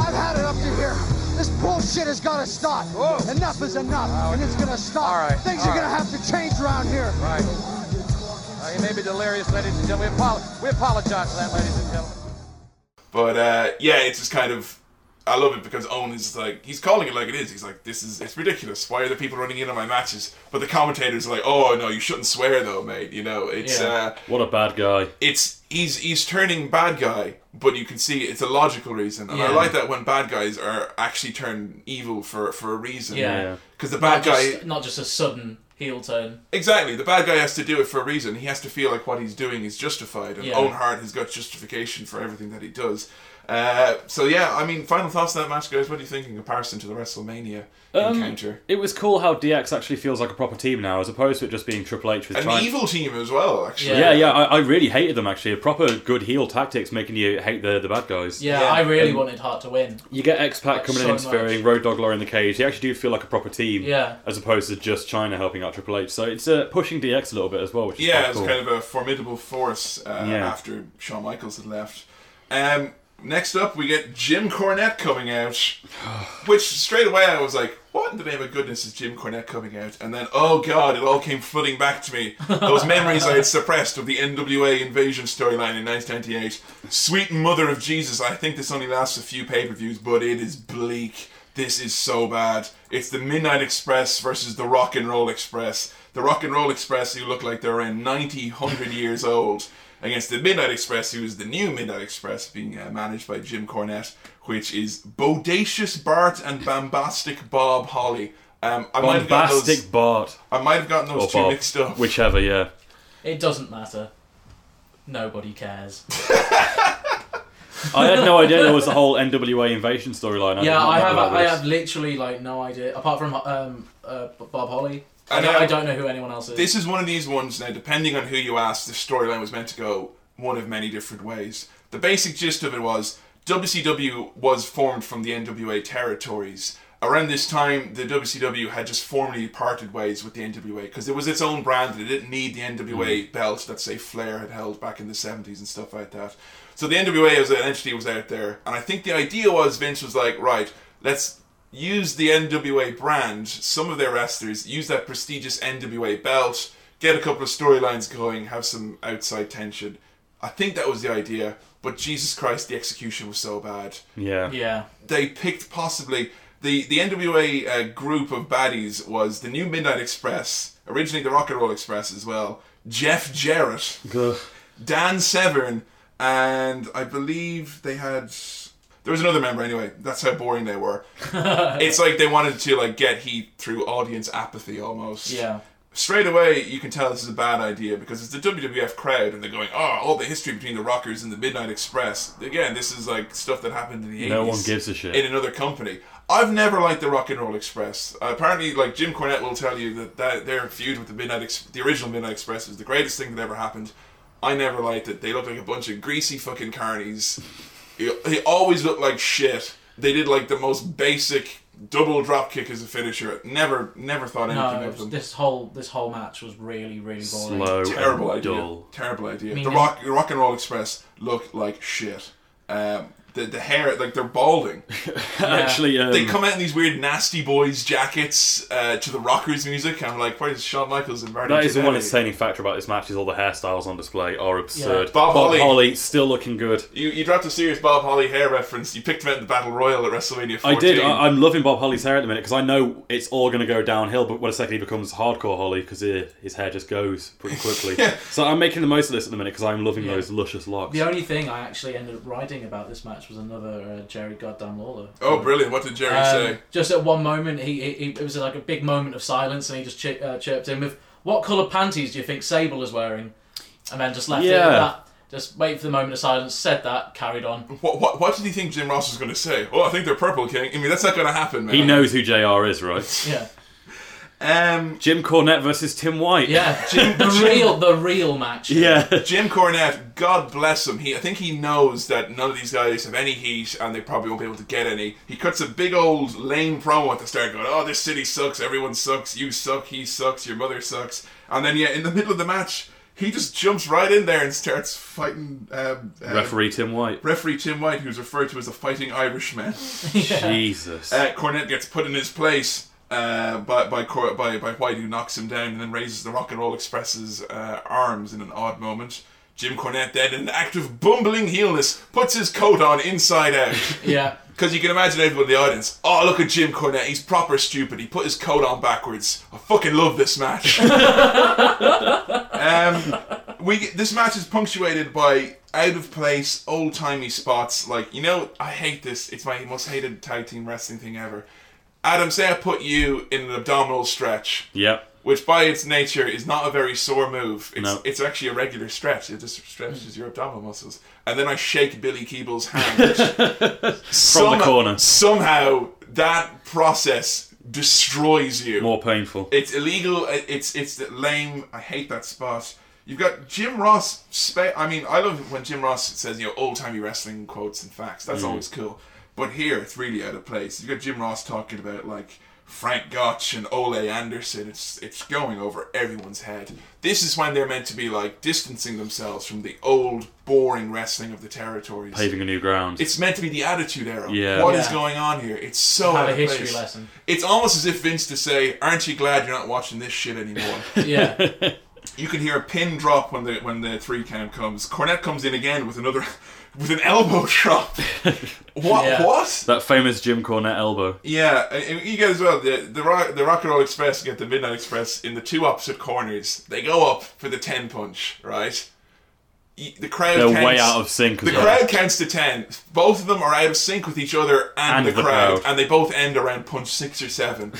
I've had it up to here. This bullshit has gotta stop. Enough is enough, and it's gonna stop. All right, Things all are gonna right. have to change around here. Right. Uh, you may be delirious, ladies and gentlemen. We, apol- we apologize for that, ladies and gentlemen. But uh, yeah, it's just kind of. I love it because Owen is like he's calling it like it is. He's like, "This is it's ridiculous. Why are the people running in on my matches?" But the commentators are like, "Oh no, you shouldn't swear though, mate. You know, it's Yeah. uh, What a bad guy. it's he's he's turning bad guy, but you can see it's a logical reason, and I Yeah. like that when bad guys are actually turned evil for for a reason. Yeah. Yeah. because the bad guy just, not just a sudden heel turn. exactly the bad guy has to do it for a reason. He has to feel like what he's doing is justified, and Yeah. Owen Hart has got justification for everything that he does. Uh, so yeah, I mean, final thoughts on that match, guys. What do you think in comparison to the WrestleMania Um, encounter? It was cool how DX actually feels like a proper team now, as opposed to it just being Triple H with An China. evil team as well, actually. Yeah, yeah, I, I really hated them actually. A proper good heel tactics making you hate the, the bad guys. Yeah, Yeah. I really Um, wanted Hart to win. You get X Pac Like, coming so in interfering, Road Dog Law in the cage. You actually do feel like a proper team. Yeah. As opposed to just China helping out Triple H. So it's uh, pushing DX a little bit as well, which is Yeah, quite it was cool. kind of a formidable force uh, Yeah. after Shawn Michaels had left. Um, Next up, we get Jim Cornette coming out, which straight away I was like, "What in the name of goodness is Jim Cornette coming out?" And then, oh god, it all came flooding back to me. Those memories I had suppressed of the NWA invasion storyline in 1998. Sweet mother of Jesus, I think this only lasts a few pay-per-views, but it is bleak. This is so bad. It's the Midnight Express versus the Rock and Roll Express. The Rock and Roll Express, who look like they're around 90, 100 years old against the Midnight Express, who is the new Midnight Express, being uh, managed by Jim Cornette, which is Bodacious Bart and Bombastic Bob Holly. Um, I might have gotten Bombastic those, Bart. I might have gotten those Or two Bob. mixed up. Whichever, yeah. It doesn't matter. Nobody cares. I had no idea there was a whole NWA invasion storyline. did yeah, not I know have. about I this. have literally like no idea apart from um, uh, B- Bob Holly. I, And don't, I- I, don't know who anyone else is. This is one of these ones now, depending on who you ask, the storyline was meant to go one of many different ways. The basic gist of it was WCW was formed from the NWA territories. Around this time, the WCW had just formally parted ways with the NWA because it was its own brand and it didn't need the NWA belt that, say, Flair had held back in the 70s and stuff like that. So the NWA as an entity was out there, and I think the idea was Vince was like, right, let's use the NWA brand, some of their wrestlers, use that prestigious NWA belt, get a couple of storylines going, have some outside tension. I think that was the idea, but Jesus Christ, the execution was so bad. Yeah. yeah, They picked possibly the the NWA uh, group of baddies was the New Midnight Express, originally the Rock and Roll Express as well. Jeff Jarrett, Ugh. Dan Severn, and I believe they had. There was another member anyway. That's how boring they were. it's like they wanted to like get heat through audience apathy almost. yeah. Straight away, you can tell this is a bad idea because it's the WWF crowd and they're going, "Oh, all the history between the Rockers and the Midnight Express." Again, this is like stuff that happened in the No 80s one gives a shit. in another company. I've never liked the Rock and Roll Express. Uh, apparently, like Jim Cornette will tell you that, that their feud with the Midnight, Ex- the original Midnight Express, was the greatest thing that ever happened. I never liked it. They looked like a bunch of greasy fucking carnies. It- They always looked like shit. They did like the most basic double drop kick as a finisher. Never, never thought anything No, of them. this whole this whole match was really really boring. Slow Terrible and idea. dull. Terrible idea. mean, the it- rock, rock and Roll Express looked like shit. Um, the the hair, like they're balding. Actually, um, they come out in these weird nasty boys jackets uh, to the rockers music. I'm like, why is Shawn Michaels and Marty? That is the one Jannetty? entertaining factor about this match is all the hairstyles on display are absurd. Yeah. Bob Holly. still looking good. You, you dropped a serious Bob Holly hair reference. You picked him out in the Battle Royal at WrestleMania 14. I did. I, I'm loving Bob Holly's hair at the minute because I know it's all going to go downhill. But what a second he becomes hardcore Holly because his hair just goes pretty quickly. So I'm making the most of this at the minute because I'm loving Yeah. those luscious locks. The only thing I actually ended up writing about this match was another uh, Jerry Goddamn Lawler. oh, brilliant! What did Jerry Um, say? just at one moment, he, he, he it was like a big moment of silence, and he just chi- uh, chirped in with, "What colour panties do you think Sable is wearing?" And then just left it Yeah. at that. Just wait for the moment of silence. Said that, carried on. What, what what did he think Jim Ross was going to say? Oh, I think they're purple, King. I mean, that's not going to happen, man. He knows who Jr. is, right? Yeah, Um, Jim Cornette versus Tim White. yeah. the real, the real match. Yeah. Jim Cornette, God bless him. He, I think he knows that none of these guys have any heat, and they probably won't be able to get any. He cuts a big old lame promo at the start, going, "Oh, this city sucks. Everyone sucks. You suck. He sucks. Your mother sucks." And then, yeah, in the middle of the match, he just jumps right in there and starts fighting um, uh, Referee Tim White. referee Tim White, who's referred to as the Fighting Irishman. Jesus. Uh, Cornette gets put in his place uh, by by Cor- by by White, who knocks him down and then raises the Rock and Roll Express's uh, arms in an odd moment. Jim Cornette then, in an act of bumbling heelness, puts his coat on inside out. yeah. Because you can imagine everyone in the audience. Oh, look at Jim Cornette. He's proper stupid. He put his coat on backwards. I fucking love this match. um, we this match is punctuated by out of place, old timey spots. Like you know, I hate this. It's my most hated tag team wrestling thing ever. Adam, say I put you in an abdominal stretch, yep. which by its nature is not a very sore move. It's, No. it's actually a regular stretch. It just stretches your abdominal muscles. And then I shake Billy Keeble's hand From the somehow- corner. Somehow that process destroys you. More painful. It's illegal. i- It's it's lame. I hate that spot. You've got Jim Ross. Spe- I mean, I love when Jim Ross says you know old timey wrestling quotes and facts. That's always cool. But here it's really out of place. You've got Jim Ross talking about like Frank Gotch and Ole Anderson. It's it's going over everyone's head. This is when they're meant to be like distancing themselves from the old boring wrestling of the territories. paving a new ground. It's meant to be the attitude era. Yeah. What is Yeah. going on here? It's so Have out a of history place. lesson. It's almost as if Vince to say, "Aren't you glad you're not watching this shit anymore?" Yeah. you can hear a pin drop when the when the three count comes. Cornette comes in again with another with an elbow drop. what? Yeah. What? that famous Jim Cornette elbow. Yeah, and and you get as well. The the rock, the rock and roll express get the midnight express in the two opposite corners. They go up for the ten punch, right? Y- The crowd They're counts, way out of sync as The well. crowd counts to ten. Both of them are out of sync with each other and, the, crowd, and they both end around punch six or seven.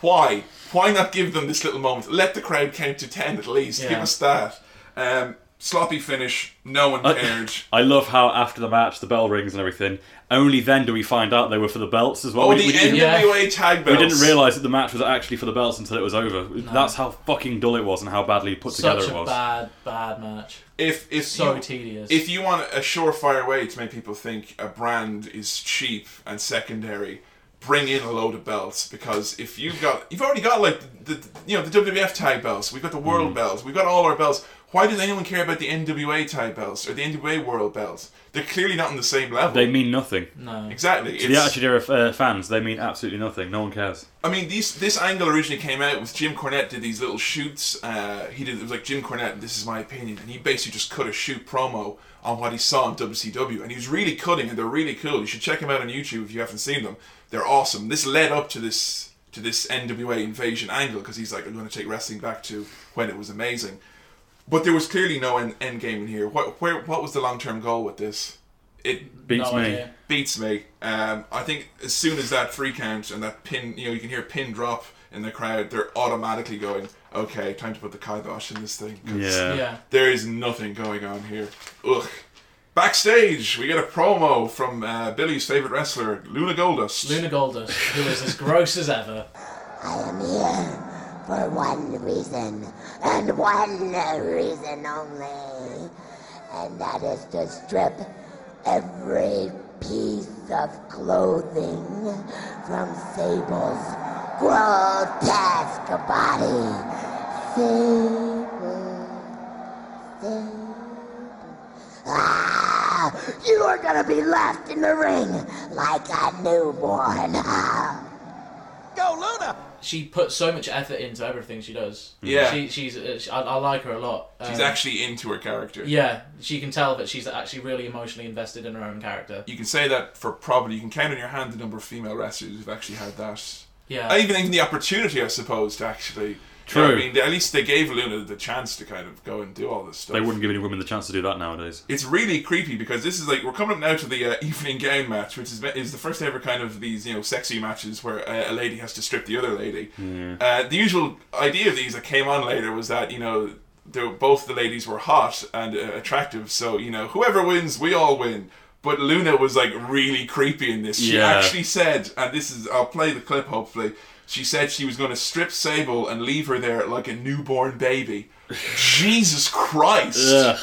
Why? Why not give them this little moment? Let the crowd count to ten at least. Give Yeah. us that. Um, sloppy finish. No one Uh, cared. I love how after the match the bell rings and everything. Only then do we find out they were for the belts as well. oh, we, the we didn't, yeah. NWA tag we belts. didn't realize that the match was actually for the belts until it was over. That's how fucking dull it was and how badly put Such together it a was. bad, bad match. If if So you- tedious. If you want a surefire way to make people think a brand is cheap and secondary, bring in a load of belts because if you've got you've already got like the, the- you know the WWF tag belts, we've got the world Mm. belts, we've got all our belts. Why does anyone care about the NWA tag belts or the NWA world belts? They're clearly not on the same level. They mean nothing. no. exactly. To the It's- Attitude Era uh, fans, they mean absolutely nothing. No one cares. I mean, these this angle originally came out with Jim Cornette did these little shoots. Uh, he did it was like Jim Cornette. This is my opinion, and he basically just cut a shoot promo on what he saw in WCW, and he was really cutting, and they're really cool. You should check them out on YouTube if you haven't seen them. They're awesome. This led up to this to this NWA invasion angle because he's like, I'm going to take wrestling back to when it was amazing. But there was clearly no end, end game in here. What where what was the long term goal with this? It Beats no me. idea. beats me. Um, I think as soon as that free count and that pin, you know, you can hear pin drop in the crowd, they're automatically going, okay, time to put the kibosh in this thing. 'cause Yeah. Yeah. There is nothing going on here. Ugh. Backstage, we get a promo from uh, Billy's favorite wrestler, Luna Goldust. Luna Goldust, who is as gross as ever. I am here for one reason, and one reason only, and that is to strip every piece of clothing from Sable's grotesque body. Sable, Sable. Ah, you are gonna be left in the ring like a newborn. Go, Luna! She puts so much effort into everything she does. Mm. Yeah. She, she's. Uh, she, I, I like her a lot. Um, She's actually into her character. Yeah, she can tell that she's actually really emotionally invested in her own character. You can say that for probably, you can count on your hand the number of female wrestlers who've actually had that Yeah. I even think the opportunity, I suppose, to actually. True. You know what I mean, at least they gave Luna the chance to kind of go and do all this stuff. They wouldn't give any women the chance to do that nowadays. It's really creepy because this is like we're coming up now to the uh, evening gown match, which is is the first ever kind of these you know sexy matches where uh, a lady has to strip the other lady. Uh, the usual idea of these that came on later was that you know they were, both the ladies were hot and uh, attractive, so you know whoever wins, we all win. But Luna was like really creepy in this. She Yeah. actually said, and this is I'll play the clip hopefully. She said she was going to strip Sable and leave her there like a newborn baby. Jesus Christ! Ugh.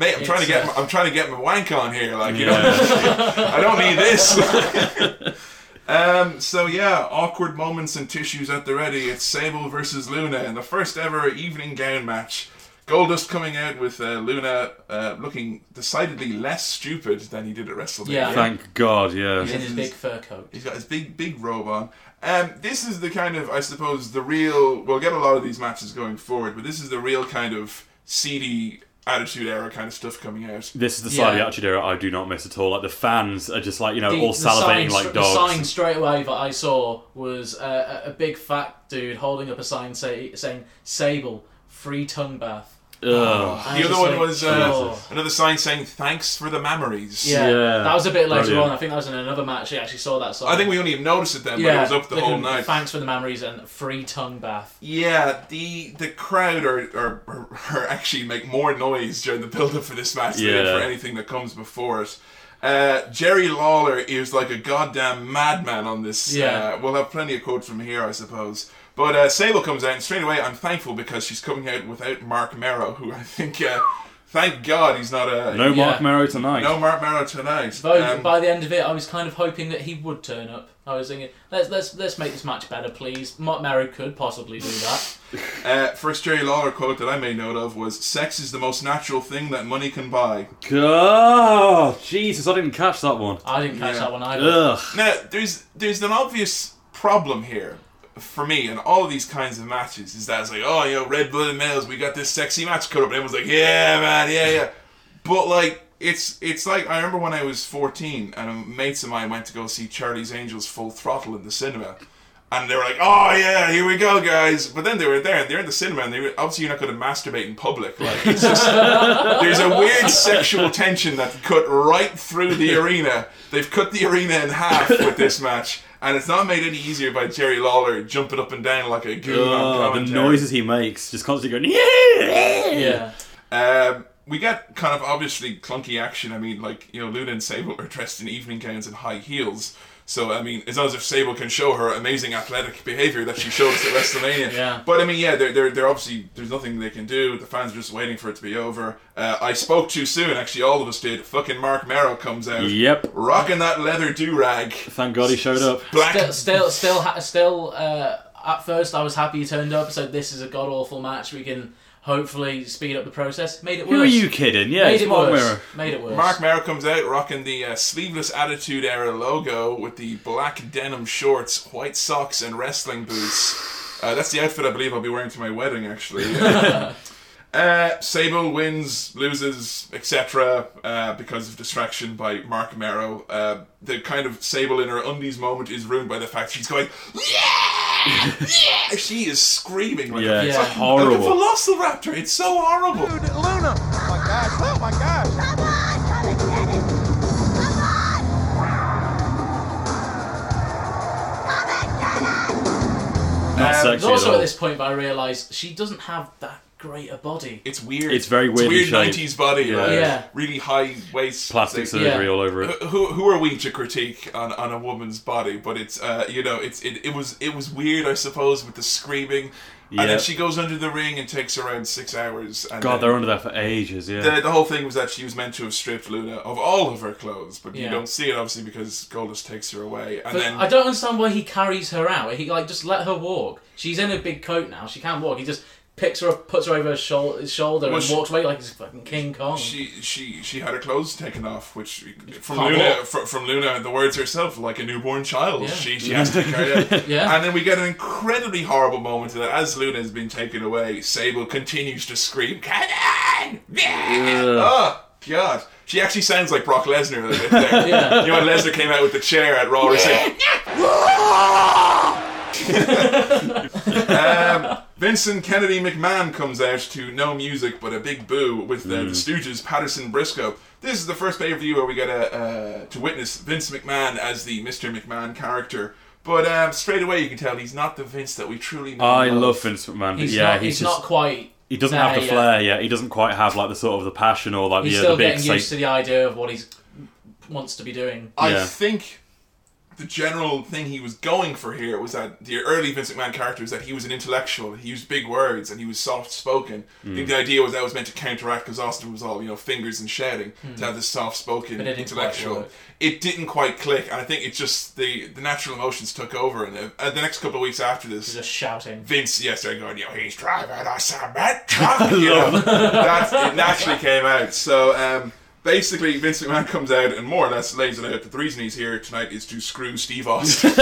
Mate, I'm trying to It's, uh, get my, I'm trying to get my wank on here. Like you know, I don't need this. um. So yeah, awkward moments and tissues at the ready. It's Sable versus Luna in the first ever evening gown match. Goldust coming out with uh, Luna uh, looking decidedly less stupid than he did at WrestleMania. Yeah. Thank God, yeah. in his big fur coat. He's got his big, big robe on. Um, this is the kind of, I suppose, the real. We'll get a lot of these matches going forward, but this is the real kind of seedy attitude era kind of stuff coming out. This is the side of Yeah. the Attitude Era I do not miss at all. Like the fans are just like you know The- all the sign salivating str- like The sign dogs. straight away that I saw was uh, a, a big fat dude holding up a sign say, saying "Sable free tongue bath." Ugh. I The other just one like, was uh, oh. another sign saying "Thanks for the memories." Yeah, Yeah. that was a bit later on. Brilliant. I think that was in another match. She actually saw that sign. I think we only even noticed it then, but it was up the they whole can- night. Thanks for the memories and free tongue bath. Yeah, the the crowd are, are, are- are actually make more noise during the build up for this match than they did Yeah. for anything that comes before it. Uh, Jerry Lawler is like a goddamn madman on this. Yeah. Uh, we'll have plenty of quotes from here, I suppose. But uh, Sable comes out, and straight away I'm thankful because she's coming out without Mark Merrow, who I think uh, Thank God he's not a No Mark Yeah. Marrow tonight. no Mark Marrow tonight. Though Um, by the end of it, I was kind of hoping that he would turn up. I was thinking, let's let's let's make this match better, please. Mark Marrow could possibly do that. uh, first Jerry Lawler quote that I made note of was "Sex is the most natural thing that money can buy." God, Jesus, I didn't catch that one. I didn't catch Yeah. that one either. Ugh. Now, there's there's an obvious problem here for me in all of these kinds of matches is that it's like, oh, you know, red blooded males, we got this sexy match cut up, and everyone's like, yeah, man, yeah, yeah. But like, it's it's like I remember when I was 14 and mates of mine went to go see Charlie's Angels Full Throttle in the cinema. And they were like, "Oh yeah, here we go, guys!" But then they were there, and they're in the cinema, and they were, obviously you're not going to masturbate in public. Like, it's just, there's a weird sexual tension that cut right through the arena. They've cut the arena in half with this match, and it's not made any easier by Jerry Lawler jumping up and down like a goon on Ugh, Oh, the commentary. noises he makes, just constantly going. Yeah. Yeah. Um, we got kind of obviously clunky action. I mean, like you know, Luna and Sable are dressed in evening gowns and high heels. So I mean, it's not as if Sable can show her amazing athletic behavior that she showed us at WrestleMania. Yeah. But I mean, yeah, they're, they're, they're obviously there's nothing they can do. The fans are just waiting for it to be over. Uh, I spoke too soon. Actually, all of us did. Fucking Mark Merrow comes out. Yep. Rocking that leather do rag. Thank God he showed up. Black. Still, still, still, ha- still. Uh, at first, I was happy you turned up. So this is a god awful match. We can hopefully speed up the process. Made it worse. Who are you kidding? Yeah, Made it's it Mark worse. Merrow. Made it worse. Mark Merrow comes out rocking the uh, sleeveless Attitude Era logo with the black denim shorts, white socks, and wrestling boots. Uh, that's the outfit I believe I'll be wearing to my wedding, actually. uh, Sable wins, loses, etc., uh, because of distraction by Mark Merrow. Uh, the kind of Sable in her undies moment is ruined by the fact she's going, yeah! Yeah! She is screaming like Yeah, a, it's Yeah. like a horrible. velociraptor. It's so horrible. Dude, Luna! Oh my gosh! Oh my gosh! Come on, come and get it! Come on! Come and get it! Not It's sexy at also all. at this point, that I realised she doesn't have that great a body. It's weird. It's very weirdly weird shaped. nineties body. Yeah. like, Yeah. Really high waist. Plastic thing. surgery Yeah. all over it. Who who are we to critique on, on a woman's body? But it's uh you know it's it, it was it was weird I suppose with the screaming. And Yeah. then she goes under the ring and takes around six hours. And then- God, they're under there for ages. Yeah. the, the whole thing was that she was meant to have stripped Luna of all of her clothes, but you Yeah. don't see it obviously because Goldust takes her away. And But then I don't understand why he carries her out. He like just let her walk. She's in a big coat now. She can't walk. He just picks her up, puts her over his, shoul- his shoulder, Well, and she- walks away like he's fucking King Kong. she she she had her clothes taken off, which from Can't Luna walk. from, from Luna the words herself like a newborn child. Yeah. She she has to carry out. Yeah. And then we get an incredibly horrible moment that as Luna has been taken away, Sable continues to scream, "Cannon!" Yeah! Oh God. She actually sounds like Brock Lesnar a bit there. Yeah. You know, when Lesnar came out with the chair at Raw, he said, um, Vincent Kennedy McMahon comes out to no music but a big boo with uh, the, Mm. the Stooges, Patterson Briscoe. This is the first pay per view where we get a, uh, to witness Vince McMahon as the Mr. McMahon character. But um, straight away you can tell he's not the Vince that we truly know. I and love Vince McMahon. but he's yeah, not, he's, he's just not quite. he doesn't there have the yet. flair yet. He doesn't quite have like the sort of the passion or like He's the, uh, still the big getting used to the idea of what he wants to be doing. I Yeah. think the general thing he was going for here was that the early Vince McMahon character was that he was an intellectual, he used big words, and he was soft spoken. I think the idea was that was meant to counteract because Austin was all you know fingers and shouting to have this soft spoken Hmm. But it didn't quite intellectual. work. It didn't quite click, and I think it's just the the natural emotions took over. And the, uh, the next couple of weeks after this, He's just shouting. Vince, yes, they're going, yo, he's driving us a mad truck. You know, that it naturally came out. So um, basically, Vince McMahon comes out and more or less lays it out that the reason he's here tonight is to screw Steve Austin.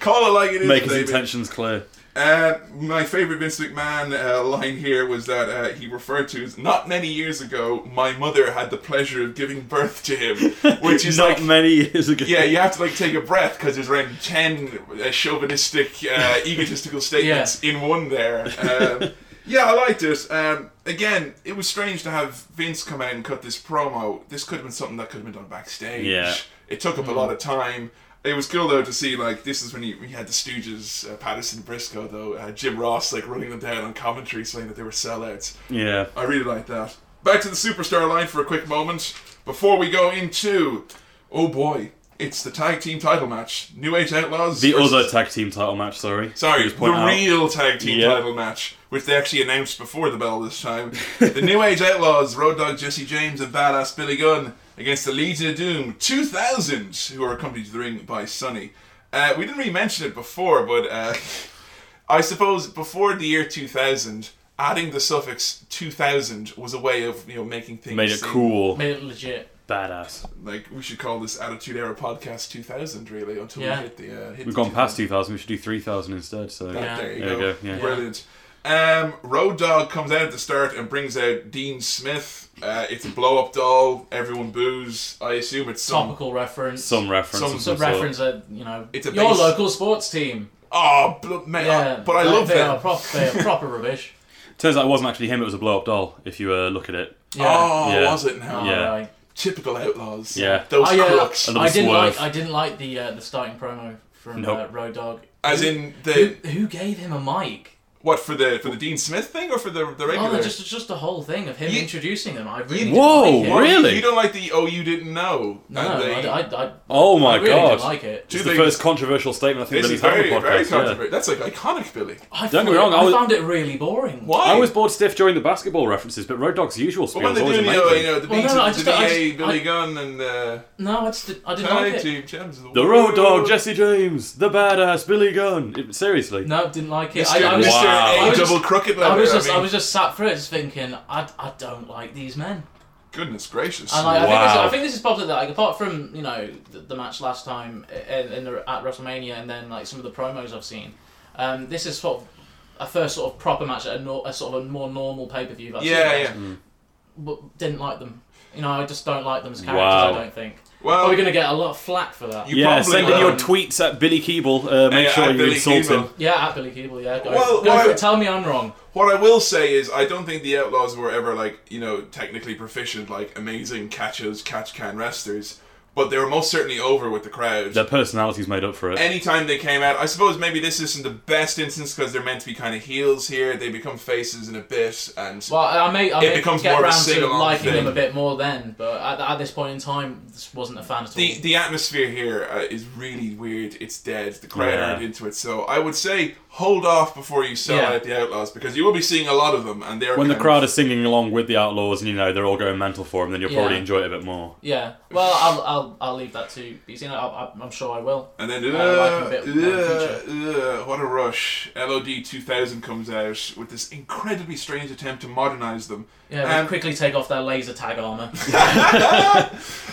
Call it like it is, Make his baby. intentions clear. Uh, my favorite Vince McMahon uh, line here was that uh, he referred to as not many years ago, my mother had the pleasure of giving birth to him, which is not like many years ago. yeah, you have to like take a breath because there's around ten uh, chauvinistic, uh, egotistical statements in one there. Um, yeah, I liked it. Um, again, it was strange to have Vince come out and cut this promo. This could have been something that could have been done backstage. Yeah. It took up a lot of time. It was cool though to see like this is when he, he had the Stooges, uh, Patterson, Briscoe though, uh, Jim Ross like running them down on commentary saying that they were sellouts. Yeah. I really like that. Back to the superstar line for a quick moment before we go into. Oh boy, It's the tag team title match. New Age Outlaws. The versus- other tag team title match, sorry. Sorry, Just the point out. real tag team Yeah. title match, which they actually announced before the bell this time. the New Age Outlaws, Road Dog Jesse James and Badass Billy Gunn against the Legion of Doom 2000, who are accompanied to the ring by Sonny. Uh, we didn't really mention it before, but uh, I suppose before the year 2000, adding the suffix 2000 was a way of you know making things made it seem- cool, Made it legit. badass. Like we should call this Attitude Era Podcast 2000, really, until Yeah. we hit the. Uh, hit We've the gone past 2,000. We should do 3,000 instead. So Yeah, There you There go. you go, yeah. Brilliant. Um, Road Dog comes out at the start and brings out Dean Smith. Uh, it's a blow up doll. Everyone boos. I assume it's some. Topical reference. some reference. Some- of Some sort. reference at you know It's a your base- local sports team. Oh, bl- man. Yeah, but I they- love they Are that. prop, they are proper rubbish. Turns out it wasn't actually him. It was a blow up doll. If you uh, look at it. Yeah. Oh, Yeah. was it now? Oh, yeah. right. Typical outlaws. Yeah. Those I, uh, crooks. Another I didn't swerve. like. I didn't like the uh, the starting promo from Nope. uh, Road Dog. As in the who, who gave him a mic? what for the for the Dean Smith thing or for the the regular? Oh, just just the whole thing of him You- introducing them. I really Whoa, didn't like it. Well, you- Really? You don't like the oh you didn't know? No, and they- I, I, I, Oh my I really god! didn't like it. Two It's the things. first controversial statement I think this is Billy's had on very the very podcast. yeah. controversial. That's like iconic, Billy. I Don't get me found- wrong, I was- found it really boring. Why? I was bored stiff during the basketball references, but Road Dog's usual But spiel when is they do always you amazing. know, you know the Well, beats no, no, of I just the don't- I DA, just- Billy I- Gunn, and uh, No, I just did, I didn't Tag like it. team champs of The Road world. Dog, Jesse James, the badass Billy Gunn. It- seriously. No, didn't like it. Mr. I, I was, Mr. A Wow. I was double just- crooked I leather, was just, I, mean, was just sat through it, just thinking, I, I don't like these men. goodness gracious. And like, I, think this, Wow. I think this is probably like apart from you know the, the match last time in, in the, at WrestleMania, and then like some of the promos I've seen. Um, this is sort of a first sort of proper match at a, nor a sort of a more normal pay per view. yeah, yeah. But didn't like them. You know, I just don't like them as characters. I Wow. don't think. Well, Are we going to get a lot of flack for that? You Yeah, probably send in your will. tweets at Billy Keeble. Uh, make Yeah, sure at you Billy insult Keeble. him. Yeah, at Billy Keeble. Yeah, go, Well, go why- for it. Tell me I'm wrong. What I will say is, I don't think the Outlaws were ever like you know technically proficient, like amazing catches, catch can wrestlers, but they were most certainly over with the crowd. Their personalities made up for it. Anytime they came out, I suppose maybe this isn't the best instance because they're meant to be kind of heels here. They become faces in a bit, and Well, I may, I It may becomes get more of a around to sing-along liking thing. them a bit more then, but at, at this point in time, this wasn't a fan at all. the the atmosphere here uh, is really weird. It's dead. The crowd Yeah. aren't into it, so I would say hold off before you sell Yeah. out the Outlaws because you will be seeing a lot of them, and they're When the kind crowd of- is singing along with the Outlaws and you know they're all going mental for him, then you'll Yeah. probably enjoy it a bit more. yeah. Well, I'll, I'll I'll leave that to be seen. I, I, I'm sure I will. And then, Uh, uh, like a bit more uh, uh, what a rush! LOD 2000 comes out with this incredibly strange attempt to modernize them. Yeah, they Um, quickly take off their laser tag armor.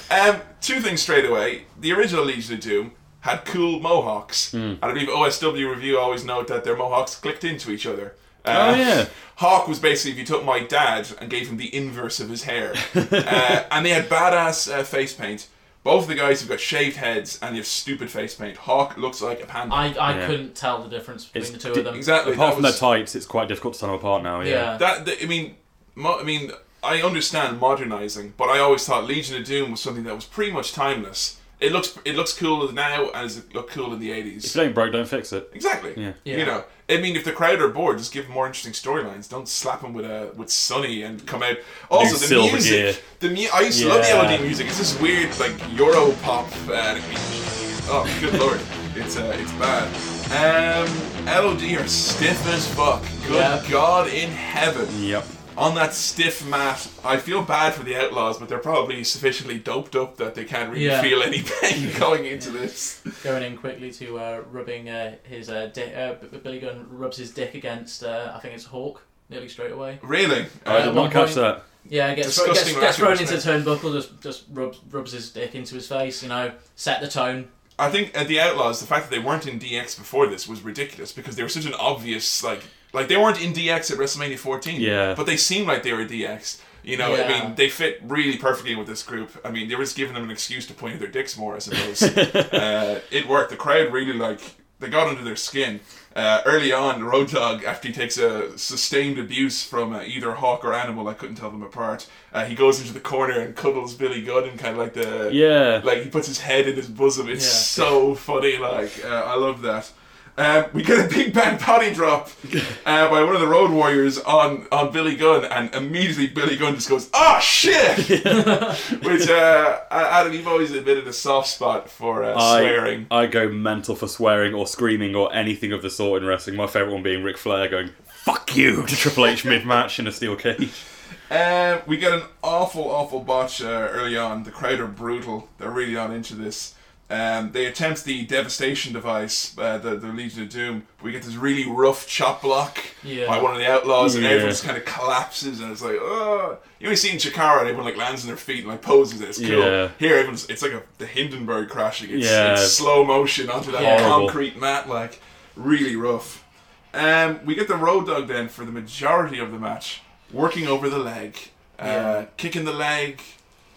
Um, two things straight away. The original Legion of Doom had cool mohawks, Hmm. and I believe OSW review always note that their mohawks clicked into each other. Uh, Oh, yeah. Hawk was basically if you took my dad and gave him the inverse of his hair, uh, and they had badass uh, face paint. Both of the guys have got shaved heads and you have stupid face paint. Hawk looks like a panda. I, I Yeah. couldn't tell the difference between It's the two di- of them. exactly. Apart that from was- their types, it's quite difficult to tell them apart now. Yeah. Yeah. That, that- I mean, mo- I mean, I understand modernizing, but I always thought Legion of Doom was something that was pretty much timeless. It looks it looks cool now as it looked cool in the If eighties. it ain't broke, don't fix it. Exactly. Yeah. Yeah. You know, I mean, if the crowd are bored, just give them more interesting storylines. Don't slap them with uh, with Sunny and come out. Also, New the silver music. gear. The mu- I used to love the Yeah. LOD music. It's this weird like Euro pop. Uh, and it- oh, good lord, it's uh, it's bad. Um, LOD are stiff as fuck. Good Yeah. God in heaven Yep. on that stiff mat. I feel bad for the Outlaws, but they're probably sufficiently doped up that they can't really Yeah. feel any pain going into this. Going in quickly to uh, rubbing uh, his uh, dick. Uh, B- B- Billy Gunn rubs his dick against. Uh, I think it's a hawk. Nearly straight away. Really? I Uh, did at not one catch point- that. Yeah, gets thro- Disgusting gets, gets thrown into rascals, turnbuckle. Just just rubs rubs his dick into his face. You know, set the tone. I think at the Outlaws, the fact that they weren't in DX before this was ridiculous because they were such an obvious like like they weren't in DX at WrestleMania 14. Yeah. But they seemed like they were DX. You know, I Yeah. mean, they fit really perfectly with this group. I mean, they were just giving them an excuse to point at their dicks more, I suppose. uh, it worked. The crowd really like they got under their skin. Uh, early on, Road Dog, after he takes a sustained abuse from uh, either Hawk or Animal, I couldn't tell them apart. Uh, he goes into the corner and cuddles Billy Gunn and kind of like the Yeah. like he puts his head in his bosom. It's Yeah. so funny. Like uh, I love that. Um, we get a big bang body drop uh, by one of the Road Warriors on, on Billy Gunn, and immediately Billy Gunn just goes, "Ah, shit!" Which uh, Adam, you've always admitted a soft spot for uh, I, swearing. I go mental for swearing or screaming or anything of the sort in wrestling. My favourite one being Ric Flair going, fuck you, to Triple H mid match in a steel cage. Uh, we get an awful, awful botch uh, early on. The crowd are brutal. They're really not into this. Um, they attempt the devastation device, uh, the, the Legion of Doom. We get this really rough chop block Yeah. by one of the outlaws, and Yeah. everyone just kind of collapses. And it's like, oh, you only see in Chikara, everyone like lands on their feet and like poses. It's cool. Yeah. Here, everyone's it's like a, the Hindenburg crashing. It's, Yeah. it's slow motion onto that Yeah. Horrible. concrete mat, like really rough. Um, we get the road dog then for the majority of the match, working over the leg, uh, Yeah. kicking the leg,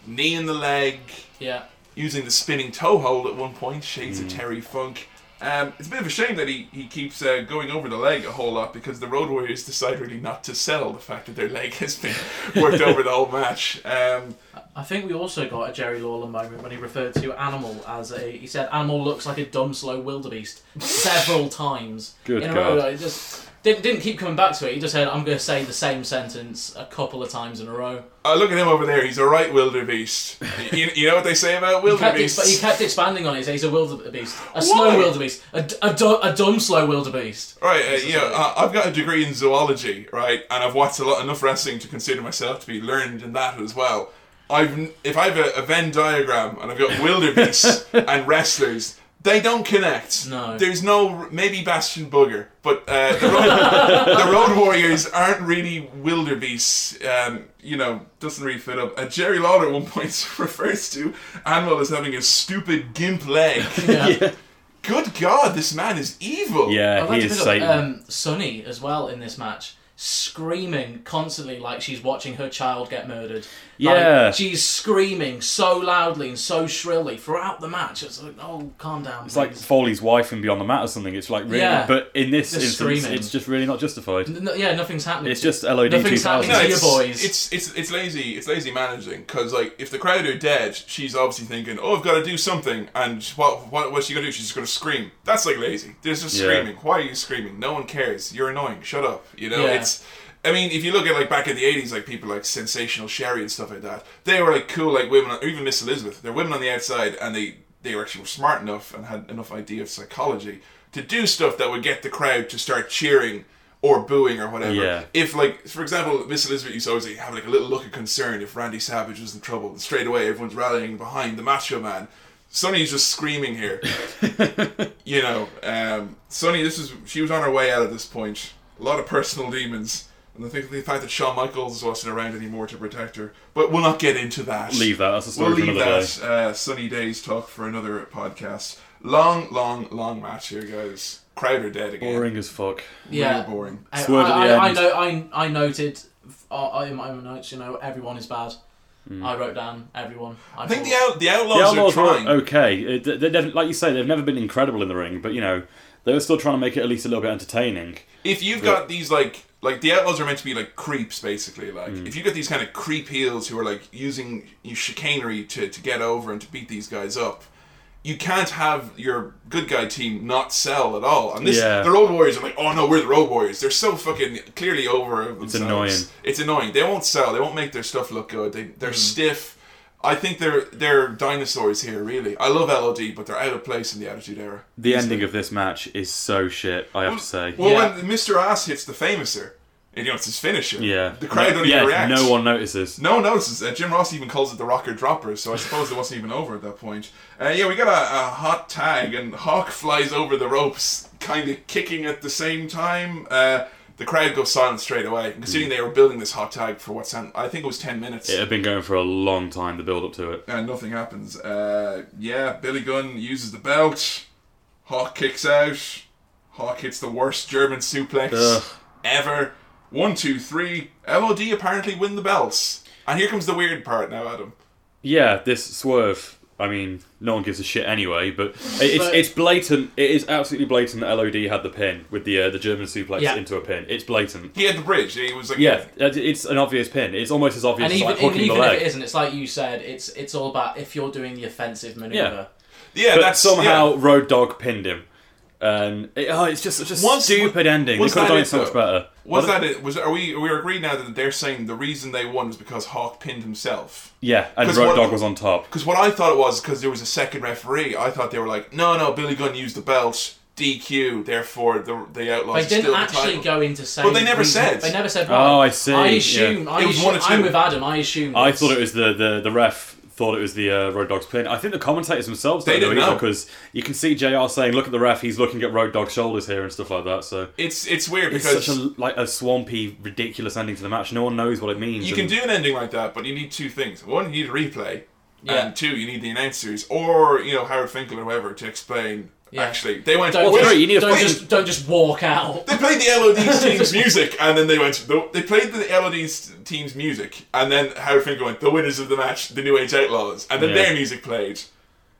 knee in the leg, Yeah. using the spinning toe hold at one point. Shades Mm. of Terry Funk. Um, it's a bit of a shame that he, he keeps uh, going over the leg a whole lot because the Road Warriors decide really not to sell the fact that their leg has been worked over the whole match. Um, I think we also got a Jerry Lawler moment when he referred to Animal as a. He said Animal looks like a dumb slow wildebeest several times. Good in a row. God. Like, just didn't didn't keep coming back to it. He just said, "I'm going to say the same sentence a couple of times in a row." I look at him over there. He's a right wildebeest. You, you know what they say about He kept, exp- he wildebeests? kept expanding on it. He said He's a wildebeest, a slow wildebeest, a, d- a, du- a dumb slow wildebeest. Right, uh, you know, I- I've got a degree in zoology, right, and I've watched a lot enough wrestling to consider myself to be learned in that as well. I've n- if I've a, a Venn diagram and I've got wildebeests and wrestlers, they don't connect. No. there's no maybe Bastion Booger, but uh, the, road, the Road Warriors aren't really wildebeests. Um, you know, doesn't really fit up. Uh, Jerry Lawler at one point refers to Animal as having a stupid gimp leg. Yeah. Good God, this man is evil. Yeah, I'd like he to is pick up, Uh, Satan. Um, Sunny as well in this match, screaming constantly like she's watching her child get murdered. Like, Yeah. she's screaming so loudly and so shrilly throughout the match. It's like, oh, calm down. it's like Foley's wife in Beyond the Mat or something. It's like really, Yeah. but in this Just instance, screaming. it's just really not justified. yeah, nothing's happening. It's just LOD Nothing's happening 2000. to it's, your boys. It's it's it's lazy. It's lazy managing because like if the crowd are dead, she's obviously thinking, "Oh, I've got to do something." And what what what's she gonna do? She's just gonna scream. That's like lazy. There's just Yeah. screaming. Why are you screaming? No one cares. You're annoying. Shut up. You know Yeah. it's. I mean, if you look at like back in the '80s, like people like Sensational Sherry and stuff like that, they were like cool, like women, or even Miss Elizabeth. They're women on the outside, and they they were actually smart enough and had enough idea of psychology to do stuff that would get the crowd to start cheering or booing or whatever Yeah. if like for example miss elizabeth used to always like, have like a little look of concern if randy savage was in trouble and straight away everyone's rallying behind the macho man sonny's just screaming here you know um, sonny this is she was on her way out at this point a lot of personal demons and I think the fact that Shawn Michaels wasn't around anymore to protect her, but we'll not get into that. Leave that. That's a story We'll for leave another that. Uh, sunny days talk for another podcast. Long, long, long match here, guys. Crowd are dead again. Boring as fuck. yeah. Really boring. I, Swerve at I- the I- I end. know. I I noted uh, uh, in my own notes. You know, everyone is bad. Mm. I wrote down everyone. I think the thought- out, the outlaws, The Outlaws are were trying. okay. It- they- they've- like you say, they've never been incredible in the ring, but you know they were still trying to make it at least a little bit entertaining. if you've got these like like the outlaws are meant to be like creeps basically like Mm. if you get these kind of creep heels who are like using you chicanery to, to get over and to beat these guys up you can't have your good guy team not sell at all and this Yeah. the road warriors are like oh no we're the road warriors they're so fucking clearly over themselves. annoying. it's annoying they won't sell they won't make their stuff look good they, they're Mm. stiff I think they're they're dinosaurs here really I love LOD but they're out of place in the attitude era The ending of this match is so shit. I have to say. well, Yeah. when Mr. Ass hits the famouser, and, you know, it's his finisher. Yeah. The crowd don't yeah, even react. No one notices. No one notices. Uh, Jim Ross even calls it the rocker dropper, so I suppose it wasn't even over at that point. Uh, yeah, we got a, a hot tag, and Hawk flies over the ropes, kind of kicking at the same time. Uh, the crowd goes silent straight away, considering they were building this hot tag for what sound, I think it was 10 minutes. Hmm. It had been going for a long time. The build up to it. And nothing happens. Uh, yeah, Billy Gunn uses the belt. Hawk kicks out. Hawk hits the worst German suplex Ugh. ever. One, two, three. LOD apparently win the belts. And here comes the weird part now, Adam. Yeah, this swerve. I mean, no one gives a shit anyway, but it's But- it's blatant. It is absolutely blatant that LOD had the pin with the uh, the German suplex Yeah. into a pin. It's blatant. He had the bridge. He was like, Yeah, it- it's an obvious pin. It's almost as obvious And as even, like hooking even, the even leg. if it isn't, it's like you said. It's it's all about if you're doing the offensive maneuver. yeah, but that's somehow yeah. Road Dog pinned him. And it, oh, it's just such a Once- stupid ending. They was could have that done it, it so much though? better. Was Well, that it? Was are we? We agreed now that they're saying the reason they won was because Hawk pinned himself. Yeah, and 'Cause Road what- Dog was on top. Because what I thought it was, because there was a second referee, I thought they were like, no, no, Billy Gunn used the belt, DQ, therefore the the Outlaws They are still didn't the actually title. go into say. But they never reason- said. They never said. Why. Oh, I see, I yeah. assume. I It was one or assume- I'm two. with Adam. I assume. I thought it was the, the, the ref thought it was the uh, Road Dog's pin. I think the commentators themselves They don't didn't know. because you can see JR saying, "Look at the ref. He's looking at Road Dog's shoulders here and stuff like that." So It's it's weird it's because such a like a swampy, ridiculous ending to the match. No one knows what it means. you can and- do an ending like that, but you need two things: one, you need a replay, Yeah. and two, you need the announcers or you know Howard Finkel or whoever to explain. Yeah. Actually, they went. Don't, "Wait, three, you need a don't fucking- just don't just walk out. They played the LOD's team's music, and then they went. The, they played the LOD's team's music, and then Howard Finkel went. The winners of the match, the New Age Outlaws, and then Yeah. their music played.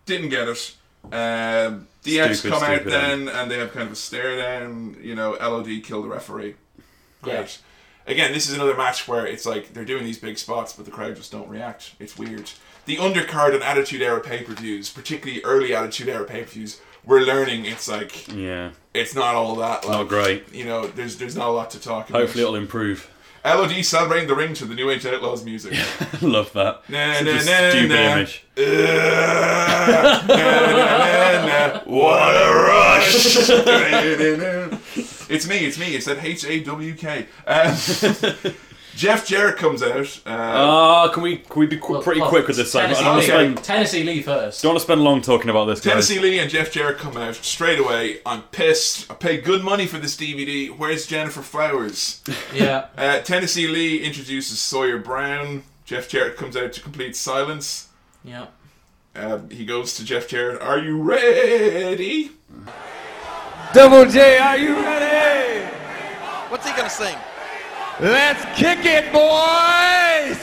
Didn't get it. Um, DX Stupid, come out stupid. then, and they have kind of a stare down. You know, LOD killed the referee. Great. Yeah. Again, this is another match where it's like they're doing these big spots, but the crowd just don't react. It's weird. The undercard and Attitude Era pay per views, particularly early Attitude Era pay per views, we're learning it's like yeah. it's not all that. Like, Not great. You know, there's there's not a lot to talk about. Hopefully, it'll improve. LOD celebrating the ring to the New Age Outlaws music. Love that. Na, Such na, a na, stupid na. image. Uh, na, na, na, na. What a rush! it's me, it's me. It's that H A W K. Um, Jeff Jarrett comes out. Uh, Ah, can we can we be qu- Well, pretty well, quick with this segment? I don't want Okay. Tennessee, Lee. to spend Tennessee Lee first. don't want to spend long talking about this. guys. Tennessee Lee and Jeff Jarrett come out straight away. I'm pissed. I paid good money for this DVD. Where's Jennifer Flowers? Yeah. Uh, Tennessee Lee introduces Sawyer Brown. Jeff Jarrett comes out to complete silence. Yeah. Um, he goes to Jeff Jarrett. Are you ready? Double J, are you ready? What's he gonna sing? Let's kick it, boys!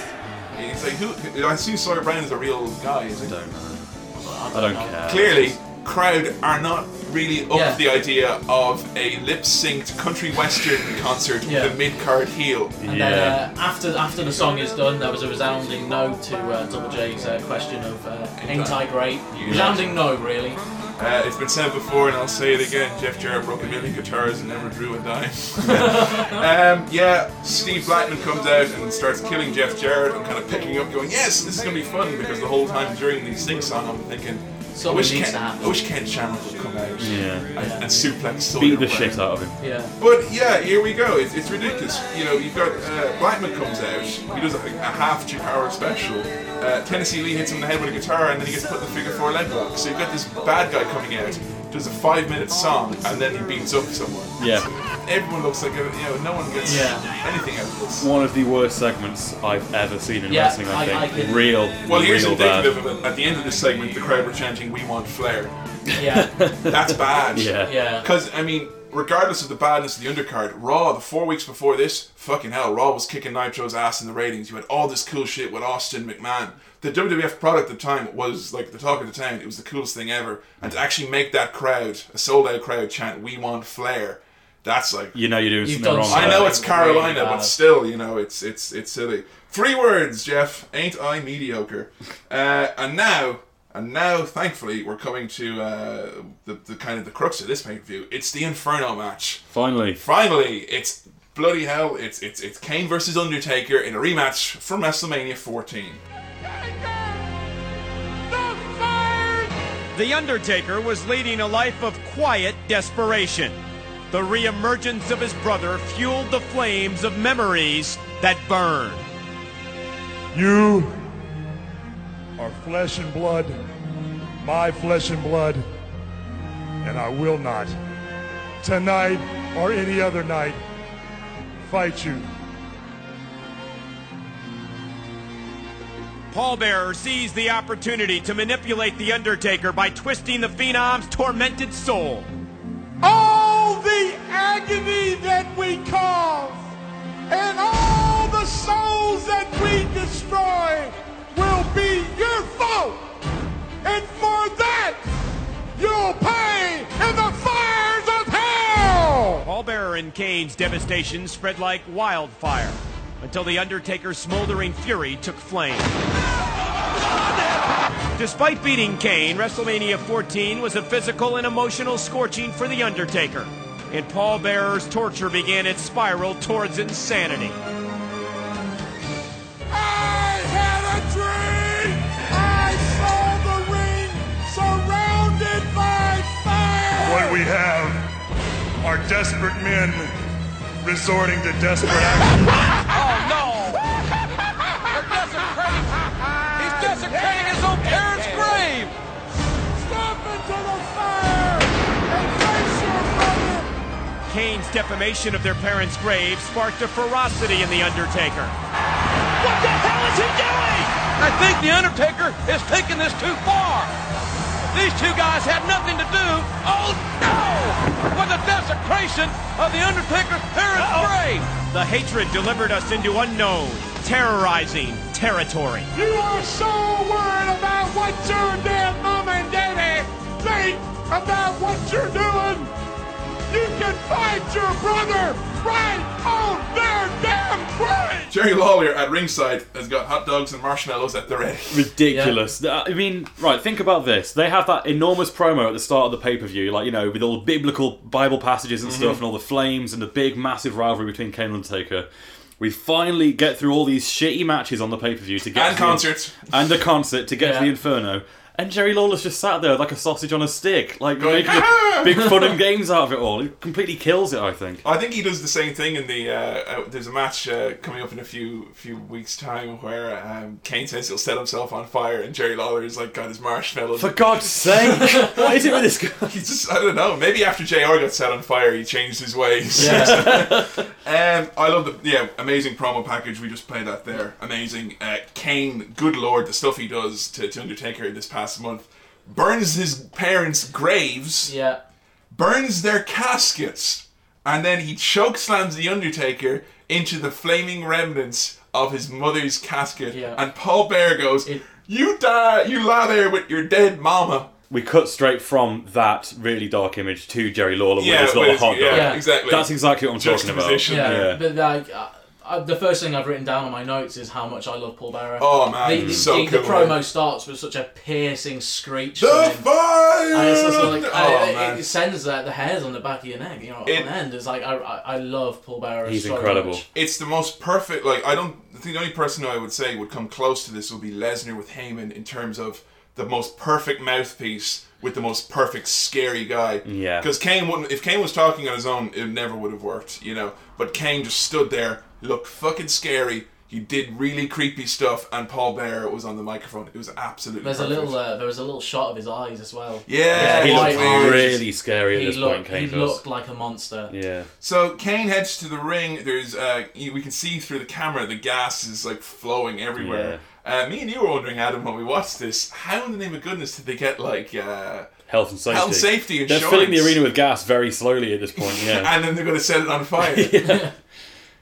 He's like, who? I assume Sawyer Brown is a real guy. Is he? I don't care. Clearly, crowd are not really up Yeah. to the idea of a lip-synced country western concert Yeah. with a mid-card heel. And Yeah. then uh, after after the song is done, there was a resounding no to uh, Double J's uh, question of uh, ain't I great? Resounding no, really. Uh, it's been said before, and I'll say it again: Jeff Jarrett broke a million guitars and never drew a dime. um, yeah, Steve Blackman comes out and starts killing Jeff Jarrett. I'm kind of picking up, going, "Yes, this is going to be fun," because the whole time during the sing song, I'm thinking, I Something wish, needs Ken, to happen. I wish Ken Shamrock would come out Yeah. and, and suplex Sawyer Beat the Brown. shit out of him. Yeah. But yeah, here we go. It's, it's ridiculous. You know, you've got uh, Blackman comes out. He does a, a half two hour special. Uh, Tennessee Lee hits him in the head with a guitar, and then he gets put in the figure four leg lock. So you've got this bad guy coming out, does a five minute song, and then he beats up someone. Yeah. Everyone looks like a, you know, no one gets Yeah. anything out of this. One of the worst segments I've ever seen in Yeah, wrestling. I I- think I can- real, Well, here's real indicative bad. of it. At the end of this segment, the crowd were chanting, "We want Flair." Yeah. That's bad. Yeah. Yeah. Because I mean, regardless of the badness of the undercard, Raw the four weeks before this, fucking hell, Raw was kicking Nitro's ass in the ratings. You had all this cool shit with Austin McMahon. The WWF product at the time was like the talk of the town. It was the coolest thing ever, and to actually make that crowd, a sold out crowd, chant "We want Flair," that's like. You know you're doing You've something done wrong. something I there. know it's Really Carolina, but bad. still, you know, it's it's it's silly. Three words, Jeff. Ain't I mediocre? Uh, and now, and now, thankfully, we're coming to uh, the the kind of the crux of this pay per view. It's the Inferno match. Finally, Finally, it's bloody hell. It's it's it's Kane versus Undertaker in a rematch from WrestleMania 14. The Undertaker was leading a life of quiet desperation. The reemergence of his brother fueled the flames of memories that burn. You are flesh and blood, my flesh and blood, and I will not, tonight or any other night, fight you. Pallbearer seized the opportunity to manipulate The Undertaker by twisting the Phenom's tormented soul. All the agony that we cause and all the souls that we destroy will be your fault. And for that, you'll pay in the fires of hell! Pallbearer and Kane's devastation spread like wildfire until The Undertaker's smoldering fury took flame. Despite beating Kane, WrestleMania 14 was a physical and emotional scorching for The Undertaker, and pallbearers' torture began its spiral towards insanity. I had a dream! I saw the ring surrounded by fire! What we have are desperate men resorting to desperate actions. No! They're desecrating! He's desecrating his own parents' grave! Step into the fire and face your brother! Kane's defamation of their parents' grave sparked a ferocity in The Undertaker. What the hell is he doing? I think The Undertaker is taking this too far! These two guys had nothing to do, oh no! With the desecration of The Undertaker's parents' grave! The hatred delivered us into unknown, terrorizing territory. You are so worried about what your dead mom and daddy think about what you're doing. You can fight your brother right on their damn grave. Jerry Lawler at ringside has got hot dogs and marshmallows at the ready. ridiculous. Uh, I mean, right, think about this. They have that enormous promo at the start of the pay per view, like, you know, with all the biblical Bible passages and stuff, and all the flames and the big, massive rivalry between Kane and Undertaker. We finally get through all these shitty matches on the pay per view to get And to the- concerts. and a concert to get to Yeah. the Inferno. And Jerry Lawler's just sat there like a sausage on a stick, like Going, making "Ah!" big fun and games out of it all. It completely kills it, I think. I think he does the same thing in the. Uh, uh, there's a match uh, coming up in a few few weeks time where um, Kane says he'll set himself on fire, and Jerry Lawler is like got his marshmallows. For God's sake, what is it with this guy? He just, I don't know. Maybe after Jr. got set on fire, he changed his ways. um, I love the yeah amazing promo package. We just played that there. Amazing. Uh, Kane, good lord, the stuff he does to, to Undertaker this past month. Burns his parents' graves. Yeah. burns their caskets, and then he chokeslams the Undertaker into the flaming remnants of his mother's casket. Yeah. And Paul Bear goes, It- "You die, you lie there with your dead mama." We cut straight from that really dark image to Jerry Lawler Yeah, with his little with his- hot dog. yeah, Yeah. exactly. That's exactly what I'm talking about. Juxtaposition. Yeah, Yeah. but like uh, uh, the first thing I've written down on my notes is how much I love Paul Bearer. Oh, man, the, the, he's so the, the cool, promo man. starts with such a piercing screech. from The him. fire. And it's just like, oh I, man. it, it sends uh, the hairs on the back of your neck, you know, It- on end. It's like I, I, I love Paul Bearer. He's so incredible. much. it's the most perfect. Like I don't. I think the only person who I would say would come close to this would be Lesnar with Heyman in terms of the most perfect mouthpiece with the most perfect scary guy. Yeah. Because Kane wouldn't. If Kane was talking on his own, it never would have worked. You know. But Kane just stood there, looked fucking scary. He did really creepy stuff, and Paul Bear was on the microphone. It was absolutely. There's a perfect. little, uh, there was a little shot of his eyes as well. Yeah, He He White looked eyes. looked really scary at He this point, looked, he Kane does. looked like a monster. Yeah. So Kane heads to the ring. There's uh, you- we can see through the camera the gas is like flowing everywhere. Uh, me and you were wondering, Adam, when we watched this, how in the name of goodness did they get like? Uh, Health and safety. Health and safety They're insurance. filling the arena with gas very slowly at this point, yeah. and then they're going to set it on fire.